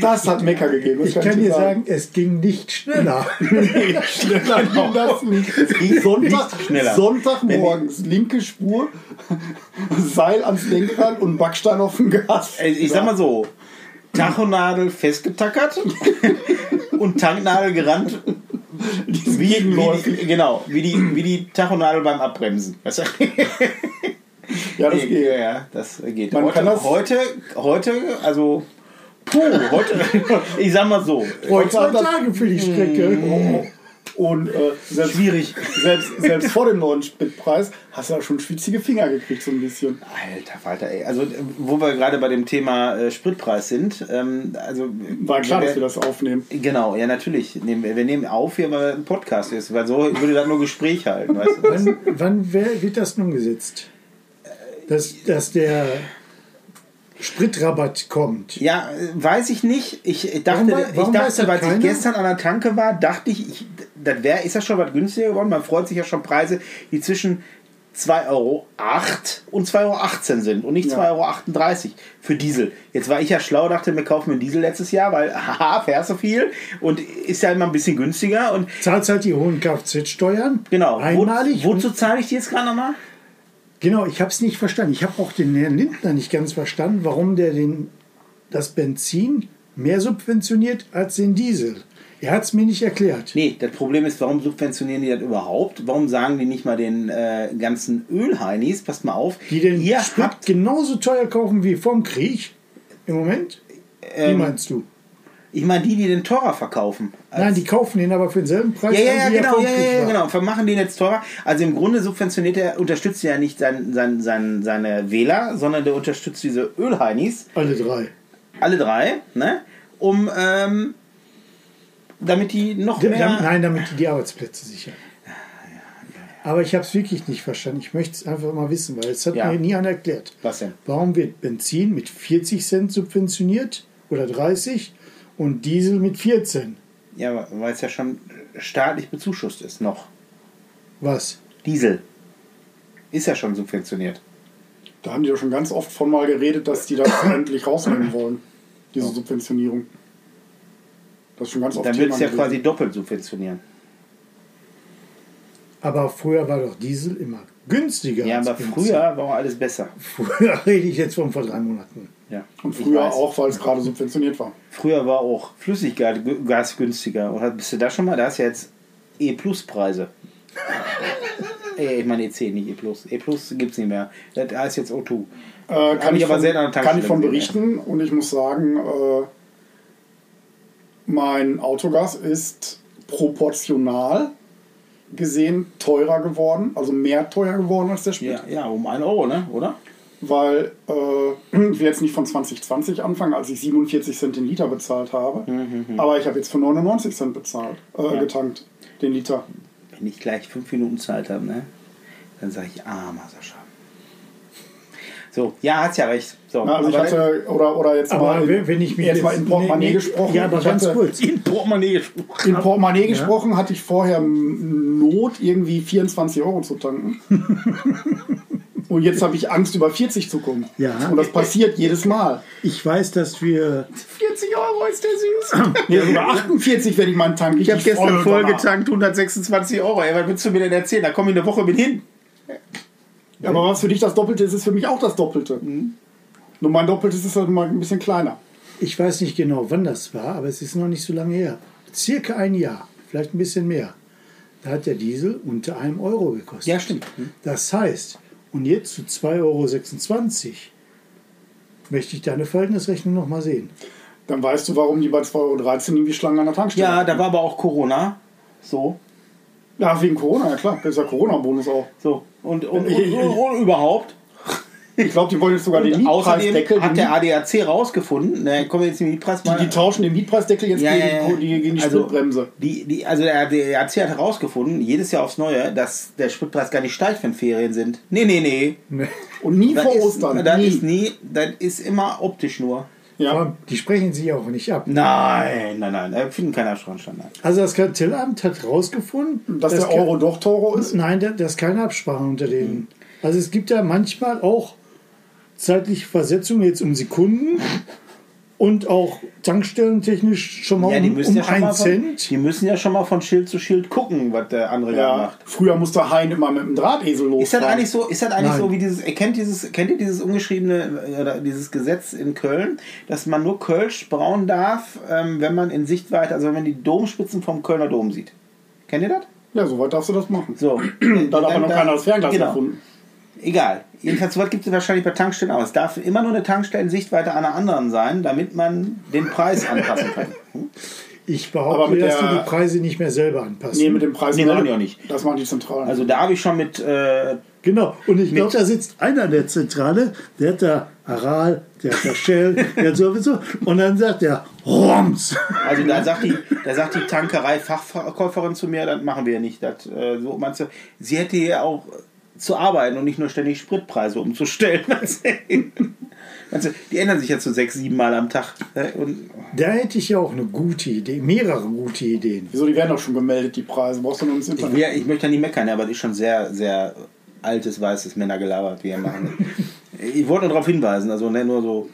Das hat Mecker gegeben. Das Ich kann ich dir sagen, es ging nicht schneller. schneller ging das nicht. ging Sonntag, nicht schneller. Sonntagmorgens, linke Spur, Seil ans Lenkrad und Backstein auf dem Gas. Ich, ich sag mal so: Tachonadel festgetackert und Tanknadel gerannt. Diesen Wie, wie, Gegenläufen. die- genau, wie die, wie die Tachonadel beim Abbremsen. Weißt du? Ja, das ja, geht. ja, das geht. Man heute, kann das- heute, heute, also. Puh, heute. [laughs] ich sag mal so. Vor zwei Tagen für die Oh, Strecke. Und äh, selbst, Schwierig. Selbst, selbst vor dem neuen Spritpreis hast du ja schon schwitzige Finger gekriegt, so ein bisschen. Alter Falter, ey. Also, wo wir gerade bei dem Thema äh, Spritpreis sind. Ähm, also, War klar, wer- dass wir das aufnehmen. Genau, ja, natürlich. Nehmen Wir wir nehmen auf hier, weil ein Podcast ist, weil so würde das nur Gespräch halten, weißt du? Wann, wann wer- wird das nun gesetzt? Dass, dass der Spritrabatt kommt. Ja, äh, weiß ich nicht. Ich ich dachte, Warum wei- warum ich weiß dachte das weil ich keiner? gestern an der Tanke war, dachte ich, ich das wär, ist das schon was günstiger geworden. Man freut sich ja schon Preise, die zwischen 2,08 Euro und 2,18 Euro sind und nicht Ja. 2,38 Euro für Diesel. Jetzt war ich ja schlau, dachte, wir kaufen einen Diesel letztes Jahr, weil, [laughs] haha, fährst du viel und ist ja immer ein bisschen günstiger. Und Zahlst halt die hohen Kfz-Steuern. genau, Einmalig. Wo, wozu zahle ich die jetzt gerade nochmal? Genau, ich habe es nicht verstanden. Ich habe auch den Herrn Lindner nicht ganz verstanden, warum der den, das Benzin mehr subventioniert als den Diesel. Er hat es mir nicht erklärt. Nee, das Problem ist, warum subventionieren die das überhaupt? Warum sagen die nicht mal den äh, ganzen Ölheinis, passt mal auf, Die den ihr Sprit habt, genauso teuer kaufen wie vorm Krieg im Moment? Wie ähm, meinst du? ich meine die, die den teurer verkaufen. Nein, die kaufen den aber für denselben Preis, ja, ja, ja, an, wie er genau, vorm ja, Krieg ja, ja, war. genau. Vermachen den jetzt teurer. Also im Grunde subventioniert er, unterstützt er ja nicht sein, sein, sein, seine Wähler, sondern der unterstützt diese Ölheinis, Alle drei. alle drei, ne? Um, ähm, damit die noch Da, mehr. dam- nein, damit die, die Arbeitsplätze sichern. Aber ich habe es wirklich nicht verstanden. Ich möchte es einfach mal wissen, weil es hat Ja. mir nie einer erklärt. Was denn? Warum wird Benzin mit 40 Cent subventioniert oder 30 und Diesel mit 14? Ja, aber weil es ja schon staatlich bezuschusst ist, noch. Was? Diesel. Ist ja schon subventioniert. Da haben die doch schon ganz oft von mal geredet, dass die [coughs] das endlich rausnehmen wollen, diese Subventionierung. Das ist schon ganz oft Dann wird es ja gewesen. quasi doppelt subventionieren. Aber früher war doch Diesel immer günstiger. Ja, als aber Benzin. früher war auch alles besser. Früher [laughs] rede ich jetzt von vor drei Monaten. Ja. Und ich früher weiß. auch, weil es gerade subventioniert war. Früher war auch Flüssiggas günstiger. Oder bist du da schon mal? Da hast du jetzt [laughs] E-Plus-Preise. Äh, ich meine E10, nicht E-Plus. E-Plus gibt es nicht mehr. Das heißt jetzt O2. Äh, Hab kann, ich ich aber von, sehr an der kann ich von Tankstelle berichten und ich muss sagen, äh, mein Autogas ist proportional gesehen teurer geworden, also mehr teuer geworden als der Sprit. Ja, ja um 1 Euro, ne? oder? Weil äh, [clears throat] ich will jetzt nicht von 2020 anfangen, als ich 47 Cent den Liter bezahlt habe, Mhm, aber ich habe jetzt für 99 Cent bezahlt, äh, getankt, den Liter. Wenn ich gleich fünf Minuten Zeit habe, ne? dann sage ich, armer Sascha. So, ja, hat's ja recht. So, Na, also ich aber hatte, oder, oder jetzt Aber mal, in- wenn ich mich jetzt, mal in Portemonnaie Nee, nee, gesprochen. Ja, aber ich ganz hatte- kurz. in Portemonnaie gesprochen. In Portemonnaie gesprochen hatte ich vorher m- Not, irgendwie 24 Euro zu [laughs] tanken. Und jetzt habe ich Angst, über 40 zu kommen. Ja. Und das passiert jedes Mal. Ich weiß, dass wir 40 Euro ist der süß. Nee, sogar 48, wenn ich meinen Tank Ich habe gestern vollgetankt, 126 Euro. Ey, was willst du mir denn erzählen? Da komme ich eine Woche mit hin. Aber was für dich das Doppelte ist, ist für mich auch das Doppelte. Mhm. Nur mein Doppeltes ist halt mal ein bisschen kleiner. Ich weiß nicht genau, wann das war, aber es ist noch nicht so lange her. Circa ein Jahr, vielleicht ein bisschen mehr. Da hat der Diesel unter einem Euro gekostet. Ja, stimmt. Hm. Das heißt, und jetzt zu 2,26 Euro möchte ich deine Verhältnisrechnung nochmal sehen. Dann weißt du, warum die bei 2,13 Euro irgendwie Schlangen an der Tankstelle Ja, da war aber auch Corona. So. Ja, wegen Corona, ja klar. Das ist ja Corona-Bonus auch. So. Und, und, und, und, und überhaupt. Ich glaube, die wollen jetzt sogar den Und außerdem Mietpreisdeckel. hat den der ADAC rausgefunden, ne, kommen wir jetzt im Mietpreis mal. Die, die tauschen den Mietpreisdeckel jetzt Ja, gegen, ja, ja. Die, gegen die Also, Spritbremse. Die, die, also der ADAC hat herausgefunden, jedes Jahr aufs Neue, dass der Spritpreis gar nicht steigt, wenn Ferien sind. Nee, nee, nee. Und nie vor ist, Ostern. Das nie. ist nie, das ist immer optisch nur. ja. Aber die sprechen sich auch nicht ab. Nein, nein, nein, da finden keiner Schornsteinland. Also das Kartellamt hat herausgefunden, Dass der ke- Euro doch teurer ist. Nein, da, da ist keine Absprache unter denen. Also es gibt da manchmal auch zeitliche Versetzungen jetzt um Sekunden und auch tankstellentechnisch schon mal Ja, die um, müssen um ja schon einen mal von, Cent. die müssen ja schon mal von Schild zu Schild gucken, was der andere da Ja. macht. Früher musste Hein immer mit dem Drahtesel los. Ist das eigentlich so, ist das eigentlich Nein. so wie dieses, erkennt dieses, kennt ihr dieses ungeschriebene, äh, oder dieses Gesetz in Köln, dass man nur Kölsch brauen darf, ähm, wenn man in Sichtweite, also wenn man die Domspitzen vom Kölner Dom sieht? Kennt ihr das? Ja, so weit darfst du das machen. [clears throat] So. Da hat aber noch dann- keiner das Fernglas genau. gefunden. Egal. Jedenfalls, sowas gibt es wahrscheinlich bei Tankstellen auch. Es darf immer nur eine Tankstelle in Sichtweite einer anderen sein, damit man den Preis anpassen [laughs] kann. Hm? Ich Aber behaupte, mit dass die der- die Preise nicht mehr selber anpassen. Nee, mit dem Preis. Nee, machen die auch nicht. Das machen die Zentralen. Also da habe ich schon mit, äh, Genau. Und ich glaube, da sitzt einer in der Zentrale, der hat da Aral, der hat da Shell, der hat sowieso. Und dann sagt er, [laughs] Roms. also da sagt die, da sagt die Tankerei-Fachverkäuferin zu mir, das machen wir nicht. Das, äh, so meinst du, sie hätte ja auch zu arbeiten und nicht nur ständig Spritpreise umzustellen. [laughs] Meinst du, die ändern sich ja zu sechs, sieben Mal am Tag. ne? Und Da hätte ich ja auch eine gute Idee, mehrere gute Ideen. Wieso, die werden doch schon gemeldet, die Preise. Brauchst du nur ins Ich, Internet. will, ja- ich möchte ja nicht meckern, aber das ist schon sehr, sehr altes, weißes Männergelaber, wie wir machen. ich wollte nur darauf hinweisen, also ne, nur so.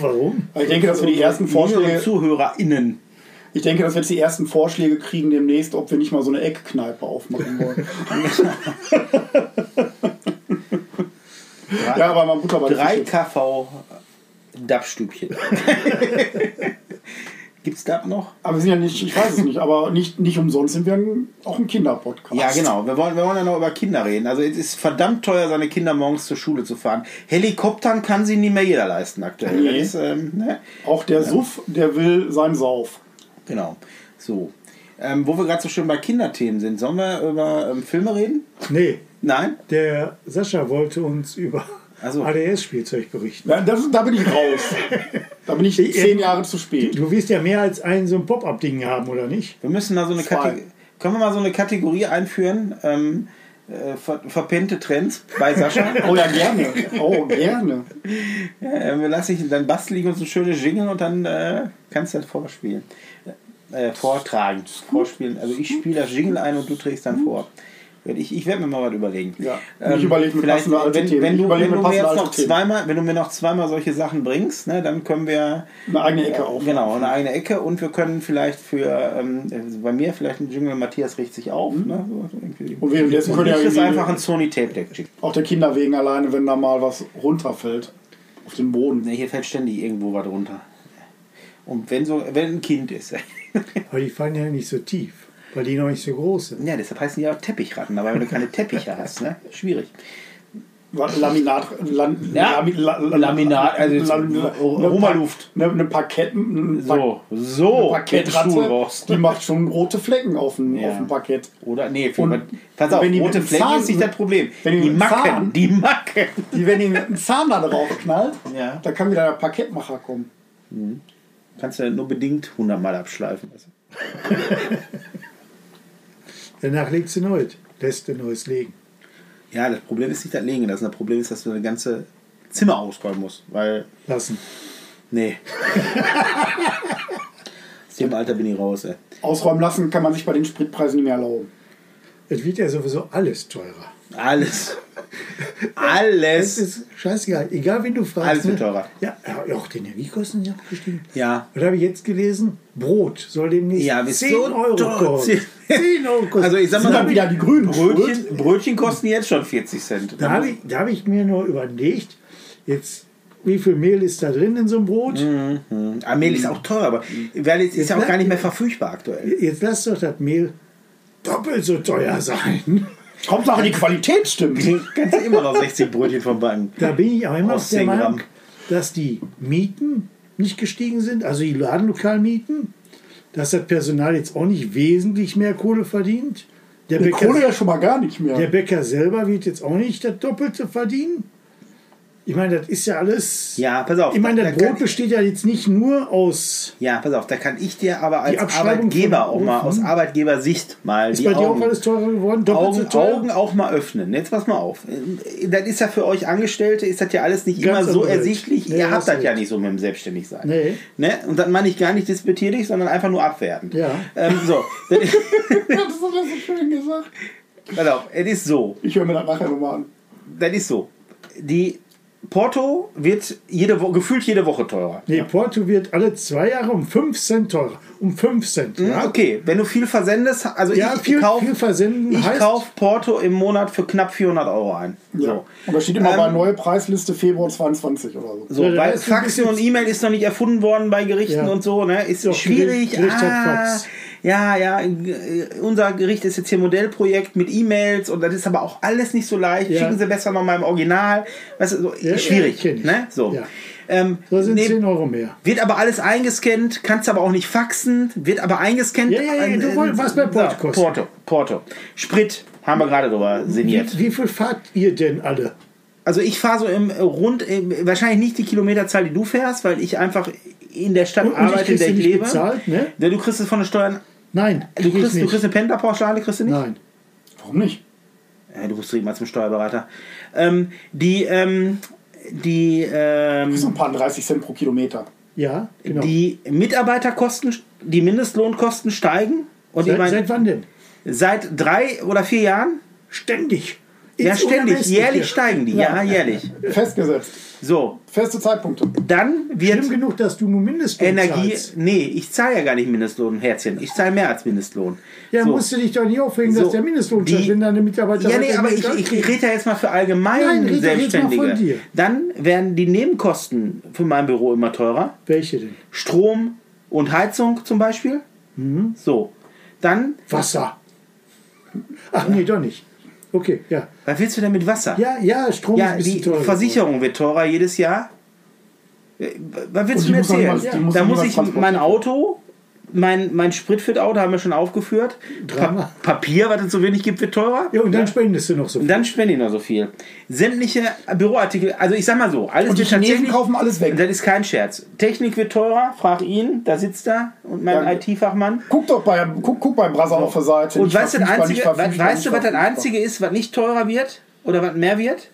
Warum? Aber Ich denke, dass wir die ersten Jüngere Vorschläge, ZuhörerInnen. ich denke, dass wir jetzt die ersten Vorschläge kriegen demnächst, ob wir nicht mal so eine Eckkneipe aufmachen [laughs] wollen. ja, aber mal Butter bei den Fische. drei [laughs] KV Dabstübchen. Gibt es da noch? Aber wir sind ja nicht, ich weiß es nicht, aber nicht, nicht umsonst sind wir ein, auch ein Kinderpodcast. Ja, genau. Wir wollen, wir wollen ja noch über Kinder reden. Also es ist verdammt teuer, seine Kinder morgens zur Schule zu fahren. Helikoptern kann sie nicht mehr jeder leisten aktuell. Nee. Das ist, ähm, ne? Auch der Suff, der will sein Sauf. Genau. So. Ähm, wo wir gerade so schön bei Kinderthemen sind, sollen wir über ähm, Filme reden? Nee, Nein? der Sascha wollte uns über Ach so. ADS-Spielzeug berichten. Ja, das, da bin ich raus. da [laughs] bin ich zehn Jahre zu spät. Du wirst ja mehr als ein so ein Pop-Up-Ding haben, oder nicht? Wir müssen mal so eine Zwei. Kategorie. Können wir mal so eine Kategorie einführen? Ähm, äh, ver verpennte Trends [laughs] bei Sascha. Oh ja, gerne. Oh, gerne. Ja, äh, wir lassen ich, dann bastel ich uns ein schönes Jingle und dann äh, kannst du das vorspielen. Äh, vortragen. Vorspielen. Also ich spiele das Jingle ein und du trägst dann vor. Werd Ich, ich werde mir mal was überlegen. Ähm, Ja, ich überlege mir vielleicht, passende alte wenn, Themen. Wenn Ich du, überlege wenn mir du mir passende jetzt alte noch Themen. zweimal, wenn du mir noch zweimal solche Sachen bringst, ne, dann können wir Eine eigene Ecke auf. Genau, eine eigene Ecke und wir können vielleicht für ähm, also bei mir vielleicht ein Jingle Matthias richtet sich auf. Ne? So, irgendwie. Mhm. Und währenddessen können ja ich ist einfach ein irgendwie Sony Tape Deck schicken. auch der Kinder wegen alleine, wenn da mal was runterfällt. Auf den Boden. Ne, hier fällt ständig irgendwo was runter. Und wenn so, wenn ein Kind ist. [laughs] Aber die fallen ja nicht so tief, weil die noch nicht so groß sind. ja, deshalb heißen die auch Teppichratten, aber wenn du keine Teppiche hast, ne? Schwierig. Was, Laminat. Lan, Ja, Laminat, also jetzt Ru- Roma-Luft. Eine, eine Parketten. ein So, so, Parkettratze, Schuhrost. die macht schon rote Flecken auf dem, Ja. auf dem Parkett. Oder nee, Und pass auf, wenn die mit rote dem Flecken Zahn- ist nicht das Problem. wenn die die mit dem Macken, Zahn- die Macken. Die, wenn die mit einem Zahn da drauf knallt, Ja. da kann wieder der Parkettmacher kommen. Kannst du nur bedingt 100 Mal abschleifen. Danach legst du neu. Lässt du neues legen. Ja, das Problem ist nicht das Legen lassen. Das Problem ist, dass du das ganze Zimmer ausräumen musst. Weil, Lassen. [laughs] nee. Aus dem Alter bin ich raus, ey. Ausräumen lassen kann man sich bei den Spritpreisen nicht mehr erlauben. Es wird ja sowieso alles teurer. Alles. Es Alles. ist scheißegal. Egal, wen du fragst. Alles wird ne? teurer. Ja, ja, auch die Energiekosten sind ja gestiegen. Ja. Was habe ich jetzt gelesen? Brot soll demnächst Ja, wir 10 [laughs] Euro kosten. 10 10 Euro kosten. Also ich sag mal, Sind dann wieder die Grünen schuld? Brötchen, Brötchen kosten jetzt schon 40 Cent. Da habe ich, da hab ich mir nur überlegt, jetzt, wie viel Mehl ist da drin in so einem Brot? Ah, Mehl ist auch teuer, aber weil jetzt ist ja auch gar nicht mehr verfügbar aktuell. Jetzt lass doch das Mehl doppelt so teuer [laughs] sein. Hauptsache die Qualität stimmt. Kannst du immer noch 60 Brötchen vom Backen. Da bin ich auch immer Aus auf der 10 Gramm. Meinung, dass die Mieten nicht gestiegen sind, also die Ladenlokalmieten, dass das Personal jetzt auch nicht wesentlich mehr Kohle verdient. Der Die Bäcker, Kohle ja schon mal gar nicht mehr. der Bäcker selber wird jetzt auch nicht das Doppelte verdienen. Ich meine, das ist ja alles. Ja, pass auf. ich meine, das da kann Brot besteht ja jetzt nicht nur aus. Ja, pass auf, da kann ich dir aber als Die Abschreibung Arbeitgeber von auch mal, aus Berufen? Arbeitgebersicht mal Ist die bei dir Augen, auch alles teurer geworden? Doppelt so Augen, teuer? Augen auch mal öffnen. Jetzt pass mal auf. Das ist ja für euch Angestellte, ist das ja alles nicht Ganz immer so andere Welt. ersichtlich. Nee, Ihr habt hast das recht. ja nicht so mit dem Selbstständigsein. Nee. Ne? Und das meine ich gar nicht disputierlich, sondern einfach nur abwertend. Ja. Ähm, so, Das ist- [laughs] das hat er so schön gesagt. pass auf, es ist so. Ich höre mir das nachher nochmal an. Das ist so. Die Porto wird jede Wo gefühlt jede Woche teurer. Nee, Porto wird alle zwei Jahre um 5 Cent teurer. Um 5 Cent. Mhm. Ja? Okay, wenn du viel versendest, also Ja, ich viel- kauf- viel versenden ich heißt- kauf Porto im Monat für knapp 400 Euro ein. Ja. So. Und da steht immer Ähm, bei neue Preisliste Februar 22 oder so. So, Ja, da weil ist ein Faxen bisschen- und E-Mail ist noch nicht erfunden worden bei Gerichten Ja. und so, ne? Ist Doch, schwierig. Gericht- Gericht hat ah, Fax. ja, ja, äh, unser Gericht ist jetzt hier Modellprojekt mit E-Mails und das ist aber auch alles nicht so leicht. Ja. Schicken Sie besser nochmal im Original. Weißt du, so, ja, schwierig. kenn ich. ne? So. Ja. Ähm, Da sind neben- 10 Euro mehr. Wird aber alles eingescannt, kannst aber auch nicht faxen, wird aber eingescannt. Ja, ja, ja, Äh, du äh, wolltest was bei Porto so, kosten. Porto, Porto. Sprit haben wir gerade drüber sinniert. Wie viel fahrt ihr denn alle? Also ich fahre so im äh, rund, im, wahrscheinlich nicht die Kilometerzahl, die du fährst, weil ich einfach in der Stadt Und- und ich arbeite, in krieg's der ich nicht lebe. bezahlt, ne? Ja, Du kriegst es von den Steuern. Nein, Du krieg ich kriegst, du nicht. kriegst eine Pendlerpauschale, kriegst du nicht? Nein. Warum nicht? Äh, du musst dringend mal zum Steuerberater. Ähm, die, ähm, die, ähm, So ein paar 30 Cent pro Kilometer. Ja, genau. die Mitarbeiterkosten, die Mindestlohnkosten steigen. Und ich seit, mein- seit wann denn? Seit drei oder vier Jahren? Ständig. Ja, Ist ständig. unermesslich Jährlich hier. steigen die. Ja, jährlich. Festgesetzt. So, Feste Zeitpunkte. dann wird Schlimm genug, dass du nur Mindestlohn Energie. zahlst. Nee, ich zahle ja gar nicht Mindestlohn, Herzchen. Ich zahle mehr als Mindestlohn. Ja, so. musst du dich doch nicht aufregen, So. dass der Mindestlohn Die- steigt, wenn deine Mitarbeiter... Ja, nee, heute aber nicht ich, da- ich rede ja jetzt mal für allgemein Nein, rede jetzt mal von Selbstständige. dir. Dann werden die Nebenkosten für mein Büro immer teurer. Welche denn? Strom, und Heizung zum Beispiel. Mhm. So. Dann, Wasser. Ach nee, doch nicht. Okay, ja. was willst du denn mit Wasser? Ja, ja, Strom ist Ja, ein bisschen die teurer. Versicherung wird teurer jedes Jahr. Äh, Was willst Und du mir die muss man erzählen? mal- die muss da man muss mal ich transportieren. mein Auto, mein, mein Spritfit-Auto haben wir schon aufgeführt. Dreimal. Pa Papier, was es so wenig gibt, wird teurer. Ja, und dann spendest du noch so Und viel. dann spende ich noch so viel. Sämtliche Büroartikel, also ich sag mal so, alles Und die wird Chinesen tatsächlich. kaufen alles Und weg. das ist kein Scherz. Technik wird teurer, frag ihn, da sitzt er und mein Ja. IT-Fachmann. Guck doch bei, guck, guck bei Brasser auf der Seite. Und Nicht weißt du, das verfügbar, nicht Einzige, we- verfügbar, weißt du, nicht was das verfügbar. Einzige ist, was nicht teurer wird oder was mehr wird?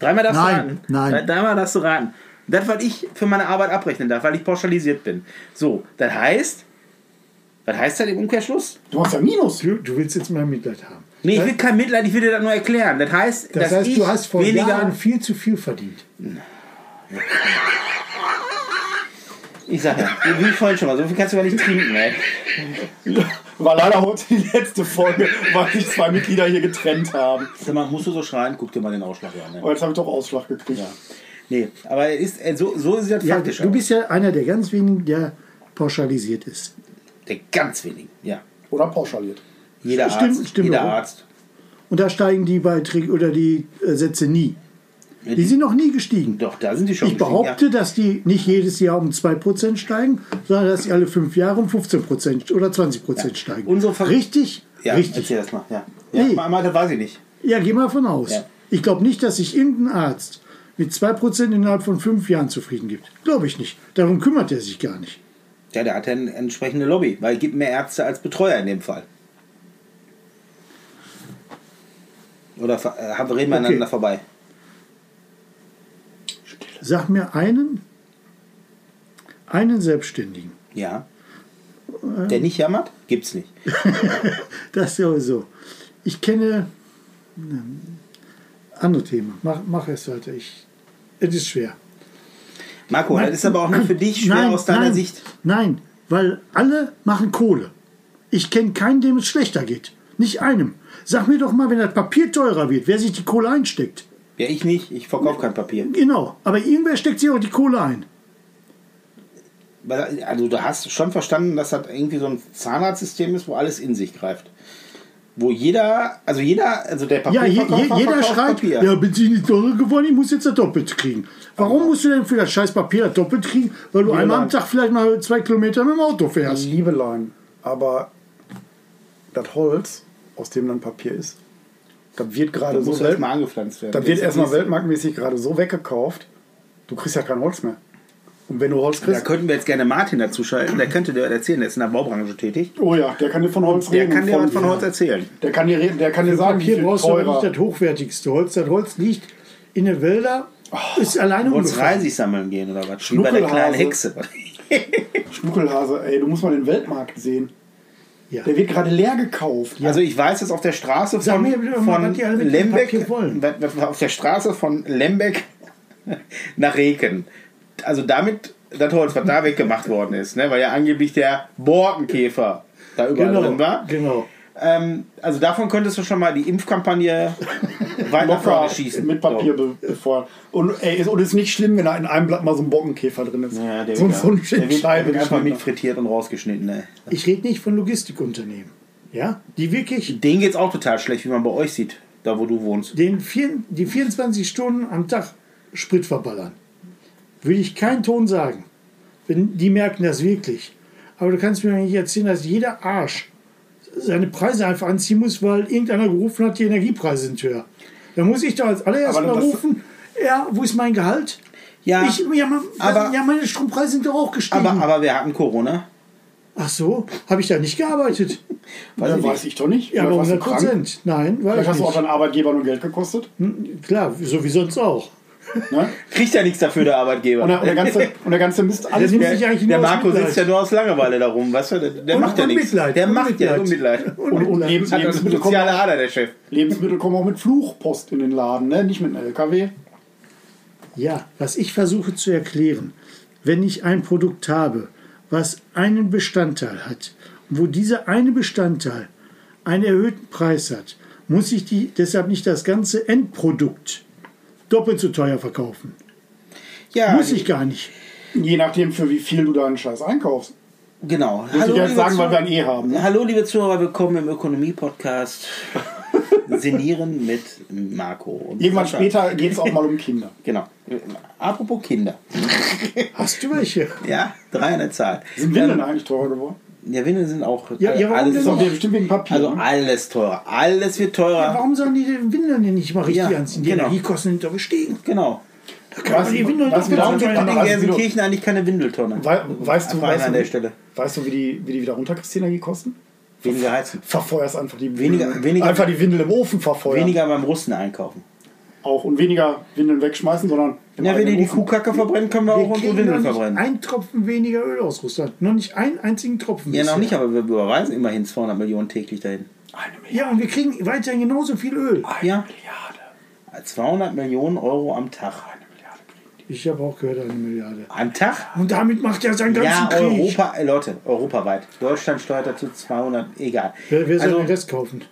Dreimal darfst Nein, du raten. nein. Dre- Dreimal darfst du raten. Das, was ich für meine Arbeit abrechnen darf, weil ich pauschalisiert bin. So, das heißt, was heißt das im Umkehrschluss? Du machst ja Minus. [laughs] Du, du willst jetzt mal Mitleid haben. Nee, ich das, will kein Mitleid, ich will dir das nur erklären. Das heißt, das dass heißt, ich du hast vor weniger Jahren viel zu viel verdient. Ich sag ja, wie ich vorhin schon mal, so viel kannst du gar nicht trinken, ey. War leider heute die letzte Folge, weil sich zwei Mitglieder hier getrennt haben. Sag mal, musst du so schreien? Guck dir mal den Ausschlag an. ne? Aber jetzt habe ich doch Ausschlag gekriegt. Nee, aber es ist, äh, so, so ist das Ja, faktisch. du auch. bist ja einer der ganz wenigen, der pauschalisiert ist. der ganz wenigen, ja. Oder pauschaliert. Jeder Stimmt, Arzt, stimmt jeder auch. Arzt. Und da steigen die Beiträge oder die äh, Sätze nie. Die sind noch nie gestiegen. Doch, da sind die schon Ich gestiegen, behaupte, dass die nicht jedes Jahr um 2% steigen, sondern dass sie alle fünf Jahre um 15% oder 20% steigen. Unsere Ver- richtig? ja. Ja, richtig. erzähl das mal, ja. ja Nee. mal, mal, das weiß ich nicht. Ja, geh mal von aus. Ja. Ich glaube nicht, dass sich irgendein Arzt mit 2% innerhalb von fünf Jahren zufrieden gibt. Glaube ich nicht. Darum kümmert er sich gar nicht. Ja, der hat ja eine entsprechende Lobby, weil es gibt mehr Ärzte als Betreuer in dem Fall. Oder ver- äh, haben- reden wir Okay. aneinander vorbei. Sag mir einen, einen Selbstständigen. [laughs] Ja. Der nicht jammert? Gibt's nicht. Das sowieso. Ich kenne. ähm, Andere Thema. Mach, mach erst weiter. Ich, es ist schwer. Marco, das ist aber auch nur für dich schwer aus deiner nein, Sicht. Nein, weil alle machen Kohle. Ich kenne keinen, dem es schlechter geht. Nicht einem. Sag mir doch mal, wenn das Papier teurer wird, wer sich die Kohle einsteckt. Ja, ich nicht. Ich verkaufe kein Papier. Genau, aber irgendwer steckt sich auch die Kohle ein. Weil, Also du hast schon verstanden, dass das irgendwie so ein Zahnarztsystem ist, wo alles in sich greift. Wo jeder, also jeder, also der Ja, je, je, Papierverkäufer jeder verkauft schreit, Papier. ja, Benzin ist teurer geworden, ich muss jetzt das Doppelte kriegen. Warum musst du denn für das scheiß Papier das Doppelte kriegen, weil du Ja, einmal nein. am Tag vielleicht mal zwei Kilometer mit dem Auto fährst? Liebe Lein, aber das Holz, aus dem dann Papier ist, das wird gerade Das so Also, muss erst Welt, mal angepflanzt werden. halt das wird Jetzt erstmal ist- weltmarktmäßig gerade so weggekauft, du kriegst ja kein Holz mehr. Und wenn du Holz Da kriegst, könnten wir jetzt gerne Martin dazu schalten. Der könnte dir was erzählen. Der ist in der Baubranche tätig. oh ja, der kann dir von Holz Der reden. kann dir von- was von Holz erzählen. Der kann dir, reden, der kann dir sagen, wie Papier viel brauchst du aber nicht teurer. das hochwertigste Holz. Das Holz liegt in den Wäldern, Oh, ist alleine Wollt's umgefallen. Reisig sammeln gehen oder was? Wie bei der kleinen Schnuckelhase. Hexe. Schnuckelhase, ey, du musst mal den Weltmarkt sehen. Ja. Der wird gerade leer gekauft. Also ich weiß, dass auf der Straße Sag von, mir bitte mal, von was die alle mit dem Lembeck Papier wollen. wa- wa- auf der Straße von Lembeck [laughs] nach Reken. Also damit das Holz, was da weggemacht worden ist, ne? weil ja angeblich der Borkenkäfer da überall drin war. genau. Ähm, also davon könntest du schon mal die [laughs] Impfkampagne weit nach vorne schießen. mit Papier be- bevor. Und ey, ist, und ist nicht schlimm, wenn da in einem Blatt mal so ein Bockenkäfer drin ist. So. Ja, der so, ein- wird, so ein der wird, der Scheibe wird einfach mit geschnitten. frittiert und rausgeschnitten. Ne? Ich rede nicht von Logistikunternehmen. Ja, die wirklich Denen geht's auch total schlecht, wie man bei euch sieht, da wo du wohnst. den vier, die 24 Stunden am Tag Sprit verballern. Will ich keinen Ton sagen. Wenn, die merken das wirklich. Aber du kannst mir doch nicht erzählen, dass jeder Arsch seine Preise einfach anziehen muss, weil irgendeiner gerufen hat, die Energiepreise sind höher. Da muss ich doch als allererst Aber mal das- rufen, ja, wo ist mein Gehalt? Ja, ich, ja, mein, aber- ja meine Strompreise sind doch auch gestiegen. Aber, aber wir hatten Corona. Ach so, habe ich da nicht gearbeitet? Weiß Ja, ich weiß nicht. ich doch nicht. Ja, Oder aber warst du 100 krank? Prozent. Nein, war ich Vielleicht hast du auch nicht. deinen Arbeitgeber nur Geld gekostet. Klar, so wie sonst auch. Ne? Kriegt ja nichts dafür, der Arbeitgeber. Und, der, und, [laughs] der ganze, und der ganze Mist, alles nimmt wieder- sich eigentlich der nur aus Marco Mitleid. sitzt ja nur aus Langeweile da rum, weißt du? Der, der Und- macht ja und nichts. Mitleid. Der Und macht ja nur Mitleid. Mitleid. und, und Lebens, Hat das Lebensmittel, kommen, soziale Ader, der Chef. Lebensmittel kommen auch mit Fluchpost in den Laden, ne? nicht mit einem LKW. Ja, was ich versuche zu erklären, wenn ich ein Produkt habe, was einen Bestandteil hat, wo dieser eine Bestandteil einen erhöhten Preis hat, muss ich die, deshalb nicht das ganze Endprodukt doppelt so teuer verkaufen. Ja, Muss ich gar nicht. Je nachdem, für wie viel du da einen Scheiß einkaufst. Genau. Muss ich jetzt liebe sagen, weil wir Zuhörer- ein E haben. Ne? Hallo, liebe Zuhörer, willkommen im Ökonomie-Podcast. Senieren mit Marco. Und Irgendwann Sascha. später geht es auch mal um [laughs] Kinder. Genau. Apropos Kinder. Hast du welche? Ja, drei an der Zahl. Ähm, Sind Windeln eigentlich teurer geworden? Ja, Windeln sind auch Ja, äh, ja, warum alles denn Das ist Doch. auch teurer. bestimmt wegen Papier. Also ne? alles teurer. Alles wird teurer. Warum sollen die den Windeln denn nicht mal richtig Ja, anziehen? Die genau. Energiekosten sind doch gestiegen. genau. Da kann Was- man die Windeln was doch mit wieder Down- anziehen. Hat in also wie du- Gelsenkirchen eigentlich keine Windeltonne. Wei- weißt du, Einfach weißt an du, der Stelle. Weißt du, wie die, wie die wieder runter, Christina, die kosten? Weniger heizen. Verfeuerst einfach die Weniger- weniger- einfach die Windel im Ofen verfeuern. Weniger beim Russen einkaufen. Auch und weniger Windeln wegschmeißen, sondern im Ja, wenn die eigenen die Ofen. Kuhkacke verbrennen, können wir, auch Wir unsere kriegen Windeln noch nicht verbrennen. einen Tropfen weniger Öl aus Russland. Noch nicht einen einzigen Tropfen. Ja, noch bisher. nicht, aber wir überweisen immerhin 200 Millionen täglich dahin. Eine Milliarde. Ja, und wir kriegen weiterhin genauso viel Öl. Ja. Milliarde. 200 Millionen Euro am Tag. Eine Milliarde kriegen die. Ich habe auch gehört, eine Milliarde. Am Tag? Und damit macht er seinen ganzen Ja, Krieg. Europa, äh, Leute, europaweit. Deutschland steuert dazu 200, egal. Wer, wer soll also, den Rest kaufen?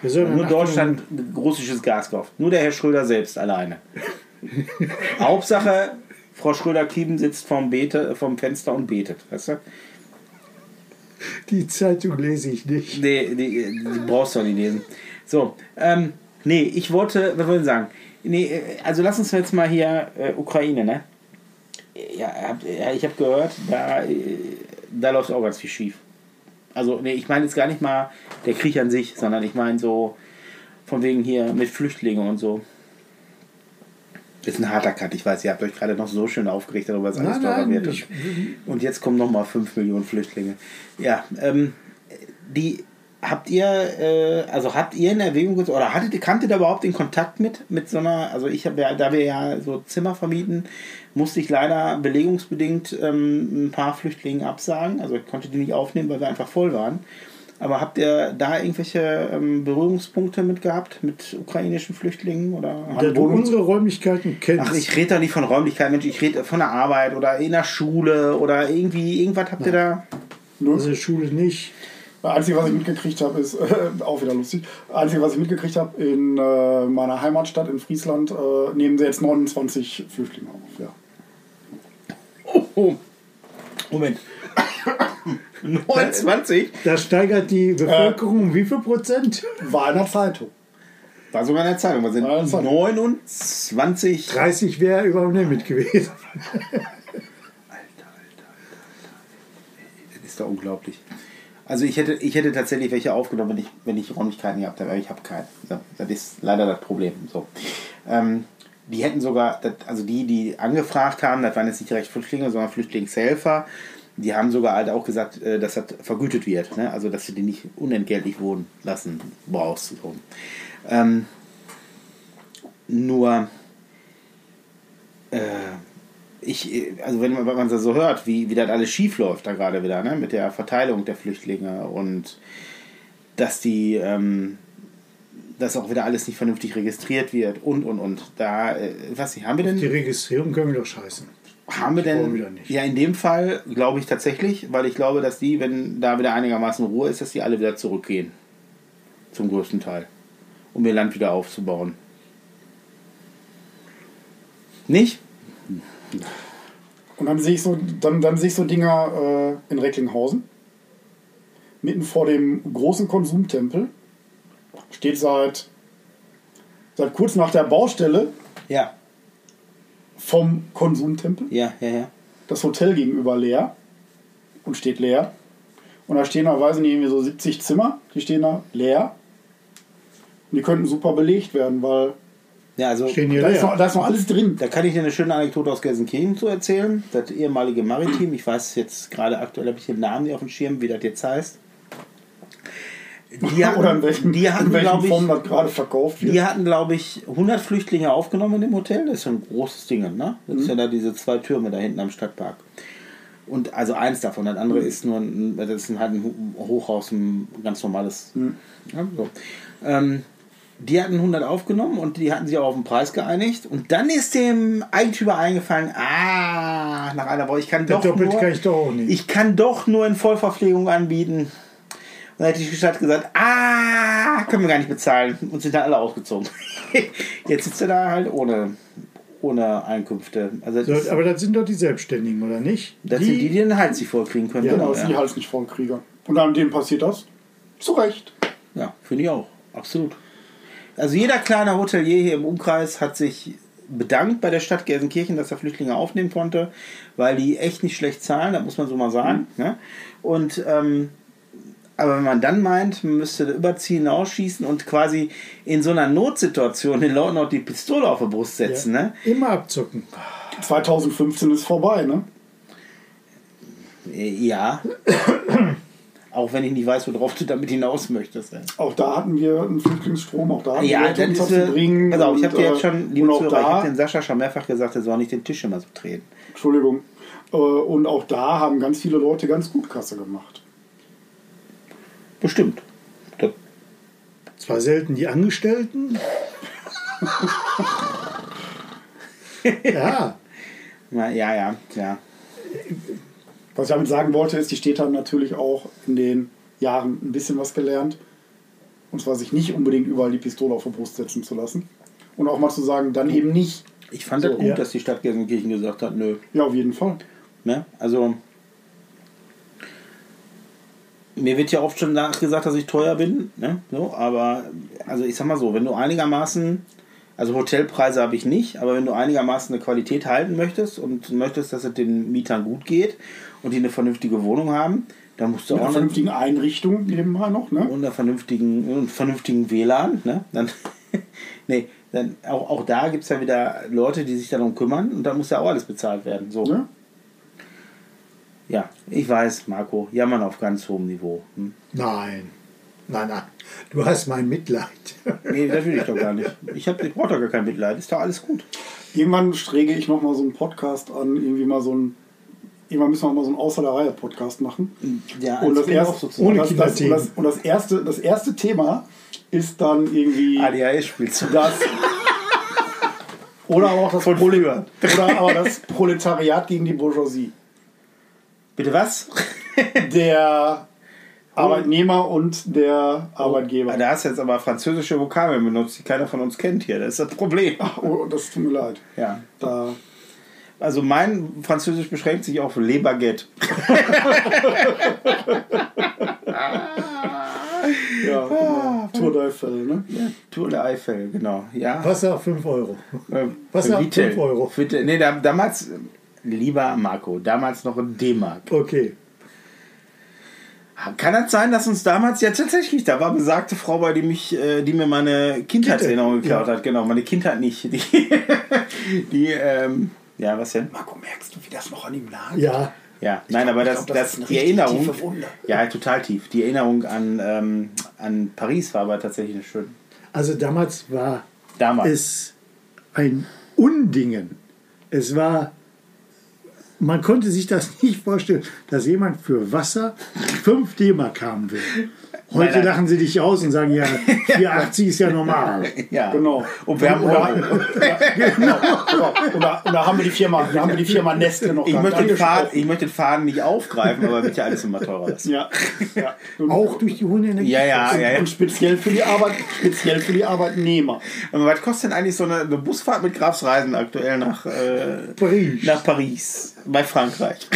Wer soll nur dann- Deutschland russisches Gas kauft. Nur der Herr Schröder selbst [laughs] alleine. Hauptsache, Frau Schröder-Klieben sitzt vom, Bete, vom Fenster und betet. Weißt du? Die Zeitung lese ich nicht. Nee, nee, die brauchst du doch nicht lesen. So, ähm, nee, ich wollte, was wollte ich sagen? Nee, äh, also lass uns jetzt mal hier äh, Ukraine, ne? Ja, hab, ja, ich habe gehört, da, äh, da läuft auch ganz viel schief. Also, nee, ich meine jetzt gar nicht mal der Krieg an sich, sondern ich meine so von wegen hier mit Flüchtlingen und so. Ist ein harter Cut, ich weiß, ihr habt euch gerade noch so schön aufgeregt darüber, dass alles Nein, teurer nein, wird. ich, Und jetzt kommen nochmal 5 Millionen Flüchtlinge. Ja, ähm, die habt ihr, äh, also habt ihr in Erwägung gezogen, oder hattet, kanntet ihr überhaupt den Kontakt mit, mit so einer, also ich habe ja, da wir ja so Zimmer vermieten, musste ich leider belegungsbedingt ähm, ein paar Flüchtlinge absagen. Also ich konnte die nicht aufnehmen, weil wir einfach voll waren. Aber habt ihr da irgendwelche ähm, Berührungspunkte mit gehabt, mit ukrainischen Flüchtlingen oder da du Wohnungs- unsere Räumlichkeiten kennst. Ach, ich rede da nicht von Räumlichkeiten, Mensch, ich rede von der Arbeit oder in der Schule oder irgendwie, irgendwas habt ihr da. Nur, Also Schule nicht. Das Einzige, was ich mitgekriegt habe, ist [laughs] äh, auch wieder lustig. Das Einzige, was ich mitgekriegt habe, in äh, meiner Heimatstadt in Friesland äh, nehmen sie jetzt 29 Flüchtlinge auf. Ja. Oh, oh. Moment. 29? Da steigert Äh. die Bevölkerung um wie viel Prozent? War in der Zeitung. War sogar in der Zeitung. Was sind Ja, das war- 29? 30 wäre überhaupt nicht mit gewesen. Das ist doch unglaublich. Also ich hätte, ich hätte tatsächlich welche aufgenommen, wenn ich, wenn ich Räumlichkeiten gehabt hätte, aber ich habe keine. So, das ist leider das Problem. So. Ähm, die hätten sogar, das, also die, die angefragt haben, das waren jetzt nicht direkt Flüchtlinge, sondern Flüchtlingshelfer, die haben sogar halt auch gesagt, äh, dass das vergütet wird. Ne? Also dass du die nicht unentgeltlich wohnen lassen brauchst. So. Ähm, nur äh, ich, äh, also wenn man, wenn man das so hört, wie, wie das alles schief läuft da gerade wieder, ne? mit der Verteilung der Flüchtlinge und dass die, ähm, dass auch wieder alles nicht vernünftig registriert wird und und und. Da, äh, was haben wir denn? Die Registrierung können wir doch scheißen. Haben wir Die wollen denn, wir doch nicht. ja, in dem Fall glaube ich tatsächlich, weil ich glaube, dass die, wenn da wieder einigermaßen Ruhe ist, dass die alle wieder zurückgehen. Zum größten Teil. Um ihr Land wieder aufzubauen. Nicht? Und dann sehe ich so, dann, dann sehe ich so Dinger äh, in Recklinghausen. Mitten vor dem großen Konsumtempel. Steht seit, seit kurz nach der Baustelle Ja, vom Konsumtempel. ja, ja, ja. das Hotel gegenüber leer und steht leer. Und da stehen da, weiß ich nicht, irgendwie so 70 Zimmer, die stehen da leer. Und die könnten super belegt werden, weil Ja, also Stehen hier da ist, noch, leer. da ist noch alles drin. da kann ich dir eine schöne Anekdote aus Gelsenkirchen zu erzählen. Das ehemalige Maritim, ich weiß jetzt gerade aktuell, habe ich den Namen nicht auf dem Schirm, wie das jetzt heißt. [laughs] Die hatten, Oder in welchem, die hatten in welchem glaube ich, Form das gerade verkauft wird. Die hatten, glaube ich, 100 Flüchtlinge aufgenommen in dem Hotel. Das ist ja ein großes Ding, ne? Das Mhm. ist ja da diese zwei Türme da hinten am Stadtpark. Und also eins davon, das Mhm. andere ist nur ein, das ist ein, halt ein Ho- Hochhaus, ein ganz normales. Mhm. Ja, so. ähm, die hatten 100 aufgenommen und die hatten sich auch auf den Preis geeinigt. Und dann ist dem Eigentümer eingefallen, ah, nach einer Woche, ich kann doch Doppelt nur, kann ich doch auch nicht. ich kann doch nur in Vollverpflegung anbieten. Und dann hätte die Stadt gesagt, [laughs] ah, können wir gar nicht bezahlen. Und sind dann alle ausgezogen. Jetzt sitzt er da halt ohne, ohne Einkünfte. Also das, So, ist, aber das sind doch die Selbstständigen, oder nicht? das sind die, die den Hals sich vollkriegen können. Ja, Genau, genau, das sind die ja. Hals nicht voll Krieger. Und an denen passiert das? Zu Recht. ja finde ich auch. Absolut. Also jeder kleine Hotelier hier im Umkreis hat sich bedankt bei der Stadt Gelsenkirchen, dass er Flüchtlinge aufnehmen konnte, weil die echt nicht schlecht zahlen, das muss man so mal sagen. Ne? Und ähm, aber wenn man dann meint, man müsste überziehen, ausschießen und quasi in so einer Notsituation den Leuten noch die Pistole auf die Brust setzen, ne? Immer abzocken. 2015 ist vorbei, ne? Äh, Ja. Auch wenn ich nicht weiß, worauf du damit hinaus möchtest. ne? Auch da hatten wir einen Flüchtlingsstrom, auch da hatten Ja, wir das ist. unterzubringen äh, Pass auf, ich und, habe dir äh, jetzt schon, liebe und auch Zuhörer, ich da- habe den Sascha schon mehrfach gesagt, er soll nicht den Tisch immer so drehen. Entschuldigung. Äh, Und auch da haben ganz viele Leute ganz gut Kasse gemacht. Bestimmt. Das- Zwar selten die Angestellten. ja, Na, ja, ja, ja. Was ich damit sagen wollte, ist, die Städte haben natürlich auch in den Jahren ein bisschen was gelernt. Und zwar sich nicht unbedingt überall die Pistole auf die Brust setzen zu lassen. Und auch mal zu sagen, dann eben nicht. Ich fand So, das gut, ja. dass die Stadt Gelsenkirchen gesagt hat, nö. Ja, auf jeden Fall. Ne? Also, mir wird ja oft schon gesagt, dass ich teuer bin. Ne? So, aber, also ich sag mal so, wenn du einigermaßen, also Hotelpreise habe ich nicht, aber wenn du einigermaßen eine Qualität halten möchtest und möchtest, dass es den Mietern gut geht und die eine vernünftige Wohnung haben, dann musst du Mit einer auch eine, und vernünftigen Einrichtung nebenbei noch, ne? einer vernünftigen, und vernünftigen WLAN. Ne? Dann, [laughs] nee, dann auch, auch da gibt es ja wieder Leute, die sich darum kümmern und da muss ja auch alles bezahlt werden. So. ne? Ja, ich weiß, Marco, jammern auf ganz hohem Niveau. Hm? nein. Nein, nein. Du hast mein Mitleid. Nee, das will ich doch gar nicht. Ich, hab- ich brauche doch gar kein Mitleid. Ist doch alles gut. Irgendwann strege ich nochmal so einen Podcast an, irgendwie mal so ein. Irgendwann müssen wir mal so einen Außer der Reihe Podcast machen. Ja, Und das, als Kind erste, auch sozusagen. und Ohne das, das, und das, Kinderthemen. und das, erste, das erste Thema ist dann irgendwie ADHS-Spielzeug. das. Oder aber auch das, Von früher. oder aber das Proletariat gegen die Bourgeoisie. Bitte was? Der Oh. Arbeitnehmer und der Arbeitgeber. Da hast du jetzt aber französische Vokabeln benutzt, die keiner von uns kennt hier. Das ist das Problem. Oh, das tut mir leid. Ja. Da, Also mein Französisch beschränkt sich auf Le Baguette. ja, genau. Tour d'Eiffel, ne? Tour de Eiffel, genau. Ja. Wasser 5 Euro. Ähm, Was sagt Vitel. fünf Euro? Vitel. Nee, da, damals, lieber Marco, damals noch in D-Mark. Okay. Kann das sein, dass uns damals ja tatsächlich, da war besagte Frau bei, die mich, äh, die mir meine Kindheitserinnerung Kindheit, geklaut hat, genau, meine Kindheit nicht. Die, [laughs] die ähm, ja, was denn? Marco, merkst du, wie das noch an ihm lag? Ja. Ja, nein, aber das, ich glaub, das das, ist eine die richtig Erinnerung, tiefe Wunde. ja, total tief. Die Erinnerung an, ähm, an Paris war aber tatsächlich eine schöne. Also damals war Damals. es ein Undingen. Es war, man konnte sich das nicht vorstellen, dass jemand für Wasser 5 D-Mark haben will. Heute Nein, nein. lachen sie dich aus und sagen, ja, 4,80 ist ja normal. ja, Genau. Und wir haben Oder, genau, genau. Und, da, und da haben wir die Firma, da haben wir die Firma Nestle noch ich gar möchte, nicht den Faden, angesprochen. ich möchte den Faden nicht aufgreifen, aber wird ja alles immer teurer. [laughs] Das. Ja, ja. Und, Auch durch die hohen Energie. Ja, ja, ja, ja. und speziell für die Arbeit, speziell für die Arbeitnehmer. Aber was kostet denn eigentlich so eine, eine Busfahrt mit Grafsreisen aktuell nach, äh, Paris. nach Paris bei Frankreich?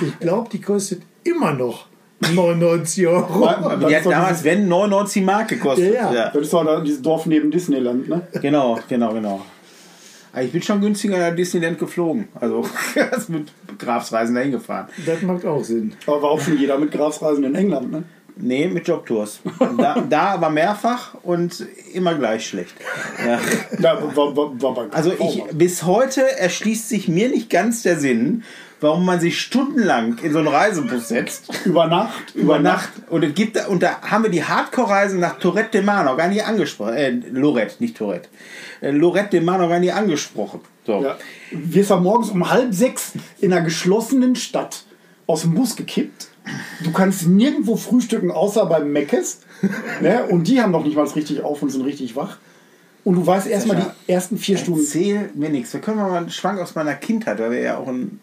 Ich glaube, die kostet immer noch 99 Weil- Euro. weil Die das, ist hat doch damals, wenn, 99 Mark gekostet. Ja, ja. dieses, das ist doch da dieses Dorf neben Disneyland, ne? Genau, genau, genau. Aber ich bin schon günstiger nach Disneyland geflogen. Also [laughs] als mit Grafsreisen dahin gefahren. Das macht auch Sinn. Aber war auch schon jeder mit Grafsreisen in England, ne? Nee, mit Jobtours. Da, da aber mehrfach und immer gleich schlecht. Ja. Ja, war, war, war bei Also ich, bis heute erschließt sich mir nicht ganz der Sinn, warum man sich stundenlang in so einen Reisebus setzt. über Nacht, über Nacht. Und, es gibt, und da haben wir die Hardcore-Reisen nach Tourette de Mar noch gar nicht angesprochen. Äh, Lorette, nicht Tourette. Äh, Lorette de Mar noch gar nicht angesprochen. So. Ja. Wir sind morgens um halb sechs in einer geschlossenen Stadt aus dem Bus gekippt. Du kannst nirgendwo frühstücken, außer beim [laughs] Meckes. ne? Und die haben noch nicht mal richtig auf und sind richtig wach. Und du weißt erstmal Sascha, die ersten vier Stunden Erzähl mir nichts. Wir können mal einen Schwank aus meiner Kindheit, weil wir ja auch ein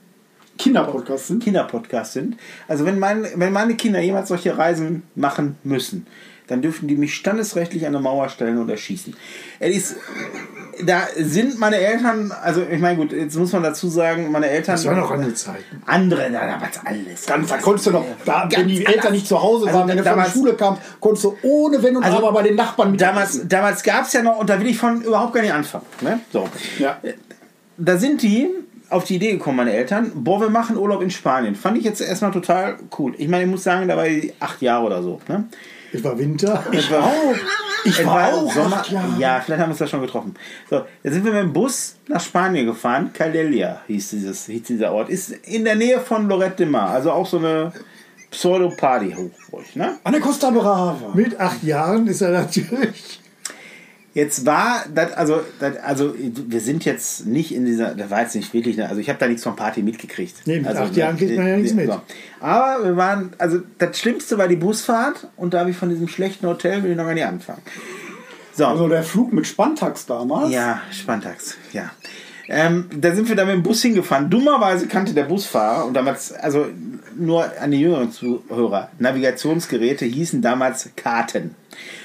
Kinderpodcast sind. Kinderpodcast sind. Also wenn, mein, wenn meine Kinder jemals solche Reisen machen müssen, dann dürfen die mich standesrechtlich an eine Mauer stellen und erschießen. Es ist, da sind meine Eltern, also ich meine, gut, jetzt muss man dazu sagen, meine Eltern. Das waren auch andere Zeiten. andere, da, da war's alles. Ganz, da konntest du noch, da, wenn die Eltern anders. nicht zu Hause Also waren, wenn du von der damals- Schule kamst, konntest du ohne Wenn und Also Aber bei den Nachbarn mit Damals, damals gab es ja noch, und da will ich von überhaupt gar nicht anfangen. Ne? So. Ja. Da sind die auf die Idee gekommen, meine Eltern, boah, wir machen Urlaub in Spanien. Fand ich jetzt erstmal total cool. Ich meine, ich muss sagen, da war ich acht Jahre oder so. Ne? Es war Winter. Ich war auch. Ich war auch acht Jahre. Ja, vielleicht haben wir uns da schon getroffen. So, da sind wir mit dem Bus nach Spanien gefahren. Caldelia hieß, dieses, hieß dieser Ort. Ist in der Nähe von Lorette de Mar. Also auch so eine Pseudo-Party hoch. Ne? An der Costa Brava. Mit acht Jahren ist er natürlich. Jetzt war das, also, das, also wir sind jetzt nicht in dieser, das war jetzt nicht wirklich, ne, also ich habe da nichts von Party mitgekriegt. Nee, mit also, acht Jahren kriegt man ja nichts mit. Aber wir waren, also das Schlimmste war die Busfahrt und da habe ich von diesem schlechten Hotel, will ich noch gar nicht anfangen. So, Also der Flug mit Spantax damals. ja, Spantags, ja. Ähm, da sind wir dann mit dem Bus hingefahren. Dummerweise kannte der Busfahrer und damals, also nur an die jüngeren Zuhörer, Navigationsgeräte hießen damals Karten.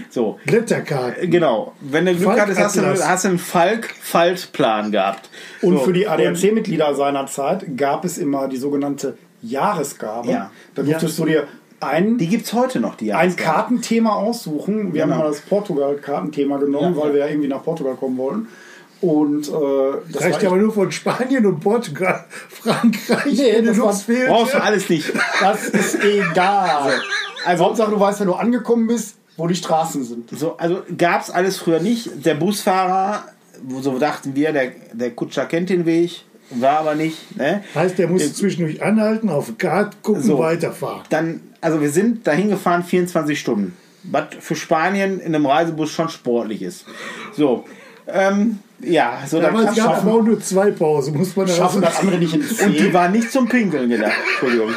So, Blätterkarten. Genau. Wenn du Glück Falk hattest, hast du, Atlas. hast du einen Falk-Faltplan gehabt. Und So. für die Und- ADAC-Mitglieder seiner Zeit gab es immer die sogenannte Jahresgabe. Ja. Da durftest du dir ein, Die gibt es heute noch, die ein Jahresgabe. Kartenthema aussuchen. Wir haben Genau. mal das Portugal-Kartenthema genommen, Ja. weil wir ja irgendwie nach Portugal kommen wollten. Und äh, das Das reicht war aber nur von Spanien und Portugal. [laughs] Frankreich, Nee, das war- Benelux fehlt. Brauchst du alles nicht. Das ist [laughs] egal. Also Hauptsache, du weißt, wenn du angekommen bist, wo die Straßen sind. So, also gab es alles früher nicht. Der Busfahrer, so dachten wir, der, der Kutscher kennt den Weg, war aber nicht. Ne? Heißt, der muss zwischendurch anhalten, auf den Kart gucken, So. weiterfahren. Dann, also wir sind dahin gefahren 24 Stunden. Was für Spanien in einem Reisebus schon sportlich ist. So, ähm, ja, so dann Damals kam's gab es schon- auch nur zwei Pausen, muss man also Schaffen sagen. das andere nicht in Und die 10. waren nicht zum Pinkeln gedacht. Entschuldigung.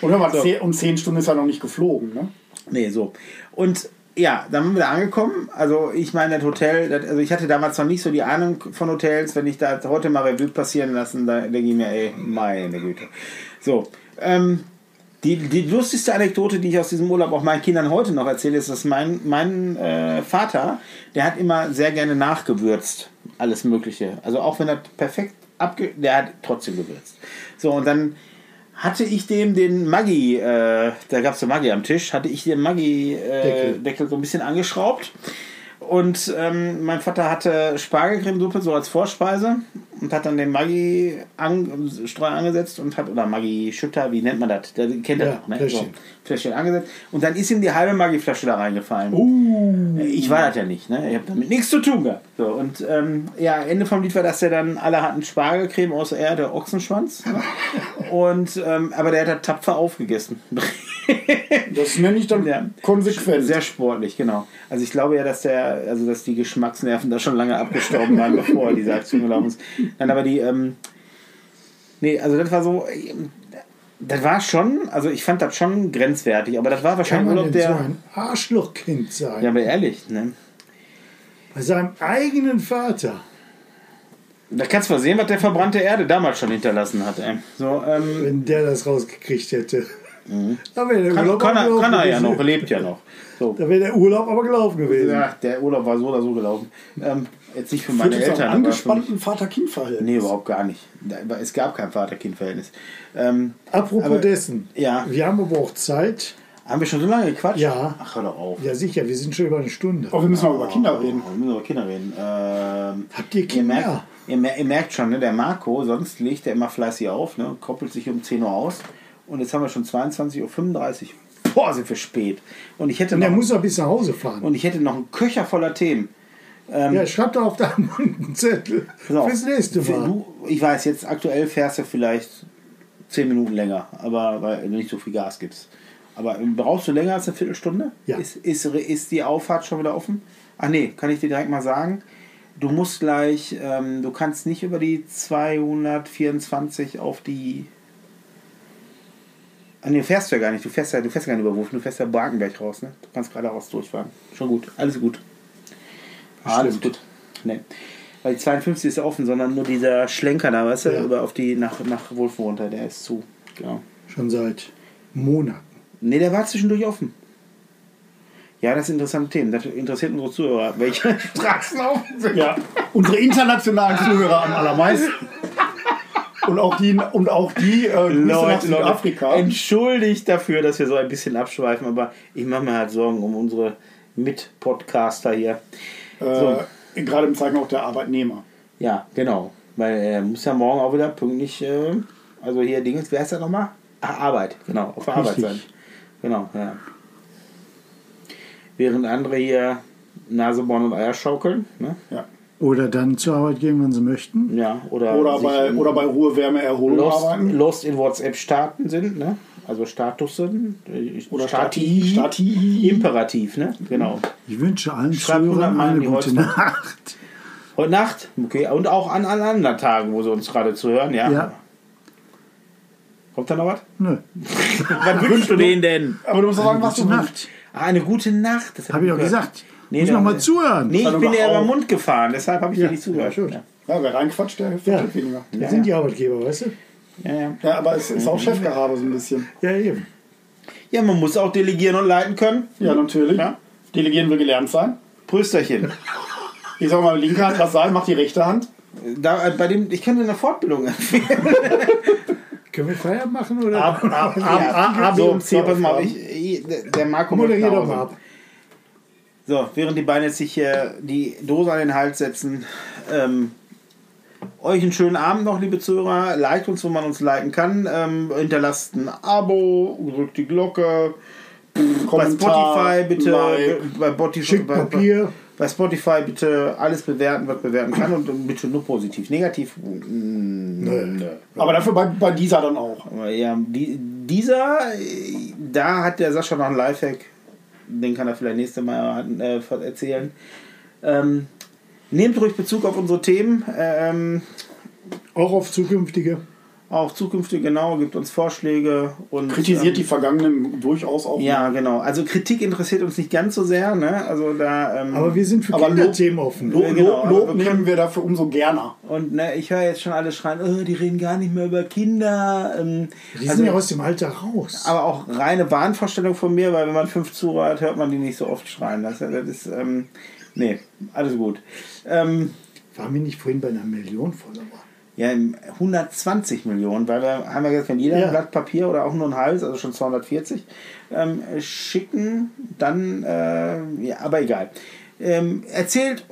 Und hör mal, zehn- um 10 Stunden ist er noch nicht geflogen. Ne? Nee, so. Und ja, dann sind wir da angekommen. Also ich meine, das Hotel, das, also ich hatte damals noch nicht so die Ahnung von Hotels. Wenn ich da heute mal Revue passieren lassen, da denke ich mir, ey, meine Güte. So, ähm, die, die lustigste Anekdote, die ich aus diesem Urlaub auch meinen Kindern heute noch erzähle, ist, dass mein, mein äh, Vater, der hat immer sehr gerne nachgewürzt, alles Mögliche. Also auch wenn er perfekt abge... Der hat trotzdem gewürzt. So, und dann hatte ich dem den Maggi, äh, da gab es einen Maggi am Tisch, hatte ich den Maggi-Deckel äh, Deckel. Deckel so ein bisschen angeschraubt. Und ähm, mein Vater hatte Spargelcremesuppe so als Vorspeise und hat dann den Maggi-Streu angesetzt und hat, oder Maggi-Schütter, wie nennt man das? Der kennt das Ja, noch, ne? Fläschchen. So, Fläschchen angesetzt. Und dann ist ihm die halbe Maggi-Flasche da reingefallen. Oh. Ich war das ja nicht, ne? Ich habe damit nichts zu tun gehabt. So, und ähm, ja, Ende vom Lied war, dass der dann, alle hatten Spargelcreme außer er, der Ochsenschwanz. [laughs] Ne? Und, ähm, aber der hat das tapfer aufgegessen. Das nenne ich dann Ja. konsequent. Sehr sportlich, genau. Also ich glaube ja, dass der, also dass die Geschmacksnerven da schon lange abgestorben [laughs] waren, bevor diese Aktion gelaufen ist. Nein, aber die, ähm, nee, also das war so, ähm, das war schon, also ich fand das schon grenzwertig, aber das war Kann wahrscheinlich man Urlaub denn so der. ein Arschlochkind sein? Ja, aber ehrlich, ne? Bei seinem eigenen Vater. Da kannst du mal sehen, was der verbrannte Erde damals schon hinterlassen hat, ey. So, ähm, Wenn der das rausgekriegt hätte. Da wäre der kann, Urlaub kann, aber er, gelaufen kann er ja gewesen. noch, lebt ja noch. So. Da wäre der Urlaub aber gelaufen gewesen. Ja, der Urlaub war so oder so gelaufen. Ähm, jetzt nicht für meine Führt jetzt zu Eltern. einem aber für mich. angespannten Vater-Kind-Verhältnis. Nee, überhaupt gar nicht. Da- Es gab kein Vater-Kind-Verhältnis. Ähm, Apropos Aber- dessen. ja. Wir haben aber auch Zeit. haben wir schon so lange gequatscht? Ja. Ach, hör doch auf. Ja, sicher, wir sind schon über eine Stunde. Oh, wir müssen mal über Kinder reden. Oh, wir müssen über Kinder reden. Ähm, Habt ihr Kinder? Ihr merkt, ihr, mer- ihr merkt schon, ne, der Marco, sonst legt er immer fleißig auf, ne, koppelt sich um 10 Uhr aus. Und jetzt haben wir schon 22.35 Uhr. Boah, sind wir spät. Und ich hätte Und noch, er muss noch bis nach Hause fahren. und ich hätte noch einen Köcher voller Themen. ja, schreib doch auf [laughs] deinen Mund einen Zettel. Pass auf. Bis nächste Mal. Genau. Du, ich weiß, jetzt aktuell fährst du vielleicht zehn Minuten länger, aber weil du nicht so viel Gas gibst. Aber ähm, brauchst du länger als eine Viertelstunde? Ja. Ist, ist, ist die Auffahrt schon wieder offen? Ach nee, kann ich dir direkt mal sagen. Du musst gleich, ähm, du kannst nicht über die 224 auf die. Ah nee, fährst du ja gar nicht. Du fährst ja, du fährst ja gar nicht über Wurfen, du fährst ja Barkenberg raus, ne? Du kannst geradeaus durchfahren. Schon gut, alles gut. Alles gut. Nee. Weil die 52 ist ja offen, sondern nur dieser Schlenker da, weißt du, Ja. über auf die nach, nach Wolfen runter, der ist zu. Genau. Schon seit Monaten. Nee, der war zwischendurch offen. [laughs] Ja, das sind interessante Themen. Das interessiert unsere Zuhörer, welche Straßen offen sind. Ja, unsere internationalen Zuhörer am allermeisten. Und auch die, und auch die äh, Grüße nach Leute, Leute, Südafrika. entschuldigt dafür, dass wir so ein bisschen abschweifen, aber ich mache mir halt Sorgen um unsere Mit-Podcaster hier. So. Äh, gerade im Zeichen auch der Arbeitnehmer. Ja, genau. Weil er muss ja morgen auch wieder pünktlich, äh, also hier Dings, wer ist das nochmal? Ach, Arbeit, genau, auf der Arbeit Richtig. sein. Genau, ja. Während andere hier Nase, Born und Eier schaukeln, ne? Ja. Oder dann zur Arbeit gehen, wenn sie möchten. Ja, oder, Oder, sich bei, in oder bei Ruhe, Wärme, Erholung Lost, arbeiten. Lost in WhatsApp starten sind, ne? Also Status sind. äh, Oder Stati- Stati. Stati. Mhm. Imperativ, ne? Genau. Ich wünsche allen Schreibt Zuhörern 100 Mal in eine die gute Holzwand. Nacht. Heute Nacht, okay, und auch an allen anderen Tagen, wo sie uns gerade zuhören, ja. Ja. Kommt da noch was? Nö. Was wünschst du denen denn? Aber du musst doch sagen, was du Gute Nacht. Ah, eine gute Nacht. Das Habe ich doch gehört. gesagt. Nee, Muss da- noch mal zuhören. Nee, ich Also bin doch eher auch. beim Mund gefahren, deshalb habe ich dir nicht zugehört. schön. Ja, Ja, wer reinquatscht, der Ja. versteht weniger. Das Ja, sind ja. die Arbeitgeber, weißt du? ja, ja. Ja, aber es ist Mhm. auch Chefgehabe so ein bisschen. Ja, eben. ja, man muss auch delegieren und leiten können. Ja, natürlich. Ja. Delegieren will gelernt sein. [laughs] Prösterchen. Ich sag mal, linke Hand was sein, macht die rechte Hand. Da, äh, bei dem, ich könnte eine Fortbildung [laughs] empfehlen. Können wir Feierabend machen oder? ab, ah, ab, ab, so, um so, pass mal, auf, Aufgaben. ich, ich, der Marco muss Moderier nach doch Hause. mal ab. So, während die Beine jetzt sich hier die Dose an den Hals setzen, ähm, euch einen schönen Abend noch, liebe Zuhörer. Liked uns, wo man uns liken kann. Ähm, hinterlasst ein Abo, drückt die Glocke. bei Kommentar, Spotify bitte, Like. bei, Spotify, Schickt bei, Papier. bei Spotify bitte alles bewerten, was bewerten kann und bitte nur positiv. Negativ, mm, Nö. nö. Aber dafür bei, bei dieser dann auch. Aber äh, ja, die, dieser, äh, da hat der Sascha noch einen Lifehack. Den kann er vielleicht nächste Mal äh, erzählen. Ähm, nehmt ruhig Bezug auf unsere Themen. Ähm, Auch auf zukünftige. auch zukünftig genau, gibt uns Vorschläge und Kritisiert ähm, die Vergangenen durchaus auch. Ja, genau. Also Kritik interessiert uns nicht ganz so sehr, ne? Also da ähm, Aber wir sind für Aber Kinderthemen offen. Lob, Ja, genau, Lob, aber Lob wir nehmen wir dafür umso gerner. und ne, ich höre jetzt schon alle schreien, oh, die reden gar nicht mehr über Kinder. Ähm, Die sind ja aus dem Alter raus. Aber auch reine Wahnvorstellung von mir, weil wenn man fünf Zuhörer hat, hört man die nicht so oft schreien. Das, das ist, ähm, nee, alles gut. Ähm, Waren wir nicht vorhin bei einer Million Follower? ja, 120 Millionen, weil wir haben ja gesagt, wenn jeder Ja. ein Blatt Papier oder auch nur ein Hals, also schon 240, ähm, schicken, dann, äh, ja, aber egal. Ähm, erzählt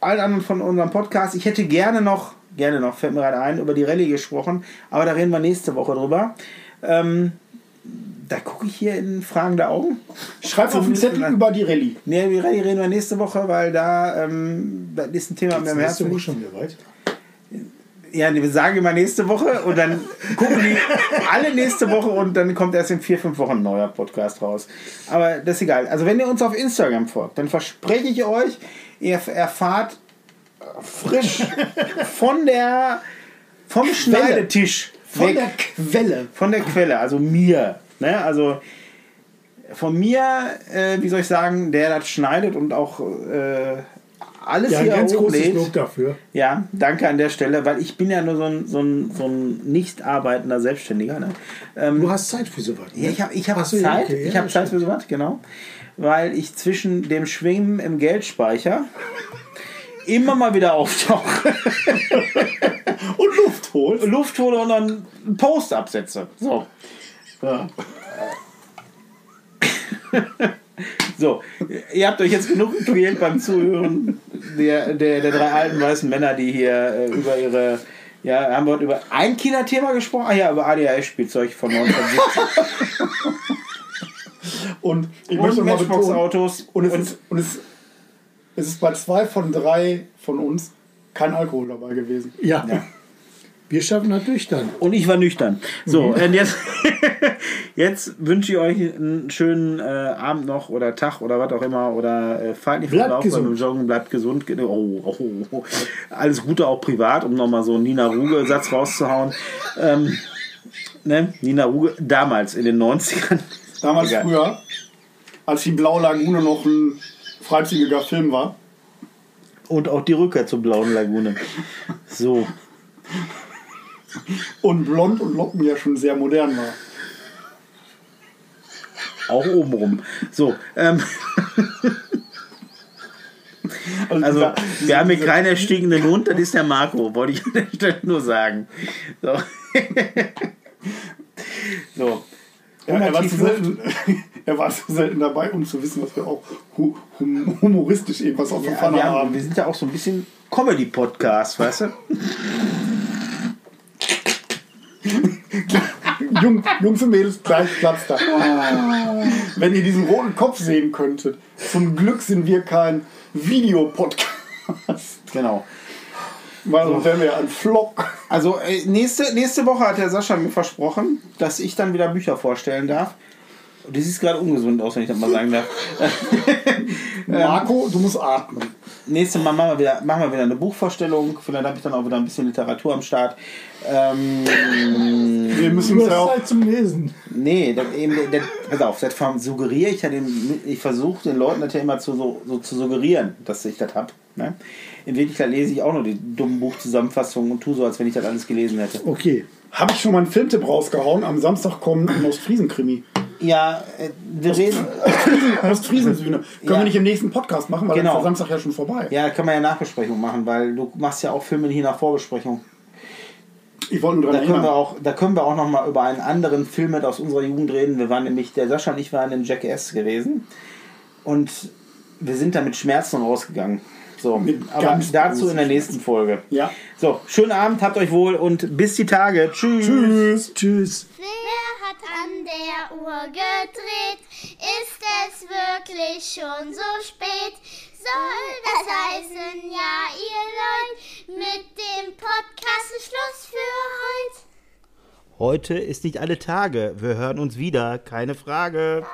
allen anderen von unserem Podcast. Ich hätte gerne noch, gerne noch, fällt mir gerade ein, über die Rallye gesprochen, aber da reden wir nächste Woche drüber. Ähm, da gucke ich hier in fragende Augen. Schreib auf den Zettel über die Rallye. Nee, über die Rallye reden wir nächste Woche, weil da, ähm, das ist ein Thema mit dem Nächste Herzen. Woche schon wieder weiter. Ja, nee, wir sagen immer nächste Woche und [laughs] dann gucken die alle nächste Woche und dann kommt erst in vier, fünf Wochen ein neuer Podcast raus. Aber das ist egal. Also wenn ihr uns auf Instagram folgt, dann verspreche ich euch, ihr erfahrt frisch von der vom Schneidetisch Von weg. der Quelle. Von der Quelle, also mir. Ne? Also von mir, äh, wie soll ich sagen, der das schneidet und auch äh, alles Ja, ein hier ganz großes hochlädt. Lob dafür. Ja, danke an der Stelle, weil ich bin ja nur so ein, so ein, so ein nicht arbeitender Selbstständiger. Ne? Ähm, Du hast Zeit für sowas. ja, ich habe ich hab Ach so, ja, Zeit. okay, ja, ich habe das Zeit für sowas, genau. Weil ich zwischen dem Schwimmen im Geldspeicher immer mal wieder auftauche, Und Luft holst. Luft hole und dann einen Post absetze. So. Ja. [laughs] So, ihr habt euch jetzt genug gequält beim Zuhören der, der, der drei alten weißen Männer, die hier äh, über ihre. Ja, haben wir heute über ein Kinderthema gesprochen? Ah ja, über ADHS-Spielzeug [laughs] von 1970. Und ich möchte Und mal betonen. Matchbox-Autos. Und, es, ist, und es, es ist bei zwei von drei von uns kein Alkohol dabei gewesen. Ja. Wir schaffen das nüchtern. Und ich war nüchtern. So, und jetzt, [laughs] jetzt wünsche ich euch einen schönen äh, Abend noch oder Tag oder was auch immer. Oder äh, fahrt nicht Bleibt vom Lauf gesund. beim Joggen, bleibt gesund. Ge- Oh, oh, oh. Alles Gute auch privat, um nochmal so einen Nina Ruge-Satz rauszuhauen. Ähm, ne? Nina Ruge, damals in den 90ern. Damals Egal. früher, als die Blaue Lagune noch ein freizügiger Film war. Und auch die Rückkehr zur Blauen Lagune. So. Und blond und Locken ja schon sehr modern war. Auch obenrum. So. Ähm. Also, dieser- wir haben hier keinen erstinkenden Hund, das ist der Marco, wollte ich an der Stelle nur sagen. So. so. Ja, er, war zu Tiefluft. selten, [laughs] er war zu selten dabei, um zu wissen, dass wir auch hu hum humoristisch irgendwas auf dem Ja, Pfanne wir, haben, haben. wir sind ja auch so ein bisschen Comedy-Podcast, weißt du? Jung, Jungs und Mädels, gleich Platz da. Ah. Wenn ihr diesen roten Kopf sehen könntet, zum Glück sind wir kein Videopodcast. [laughs] Genau. Weil sonst wären wir ja ein Vlog. Also äh, nächste, nächste Woche hat der Sascha mir versprochen, dass ich dann wieder Bücher vorstellen darf. Und das sieht gerade ungesund aus, wenn ich das mal sagen darf. Marco, du musst atmen. Nächstes Mal machen wir wieder, machen wir wieder eine Buchvorstellung. Vielleicht habe ich dann auch wieder ein bisschen Literatur am Start. Ähm, Wir müssen Du uns hast ja auch. halt- Zeit zum Lesen. nee, das, eben, das, pass auf, das suggeriere ich ja den, ich versuche den Leuten das ja immer zu, so, so zu suggerieren, dass ich das habe. Ne? In Wirklichkeit lese ich auch nur die dummen Buchzusammenfassungen und tue so, als wenn ich das alles gelesen hätte. Okay. Habe ich schon mal einen Filmtipp rausgehauen? Am Samstag kommen ein Ostfriesen-Krimi. Ja, äh, wir reden. Ostfriesensühne. Können Ja. wir nicht im nächsten Podcast machen, weil Genau. dann ist der Samstag ja schon vorbei. [laughs] Ja, kann man ja Nachbesprechung machen, weil du machst ja auch Filme hier nach Vorbesprechung. Ich wollte nur Da dran können, wir erinnern. auch, da können wir auch noch mal über einen anderen Film mit aus unserer Jugend reden. Wir waren nämlich, der Sascha und ich waren in Jackass gewesen und wir sind da mit Schmerzen rausgegangen. So, Mit aber ganz dazu in der großen nächsten Folge. Ja. So, schönen Abend, habt euch wohl und bis die Tage. Tschüss. Tschüss. Tschüss. Wer hat an der Uhr gedreht? Ist es wirklich schon so spät? Soll das heißen, ja, ihr Leute, mit dem Podcast ist Schluss für heute? Heute ist nicht alle Tage. Wir hören uns wieder, keine Frage.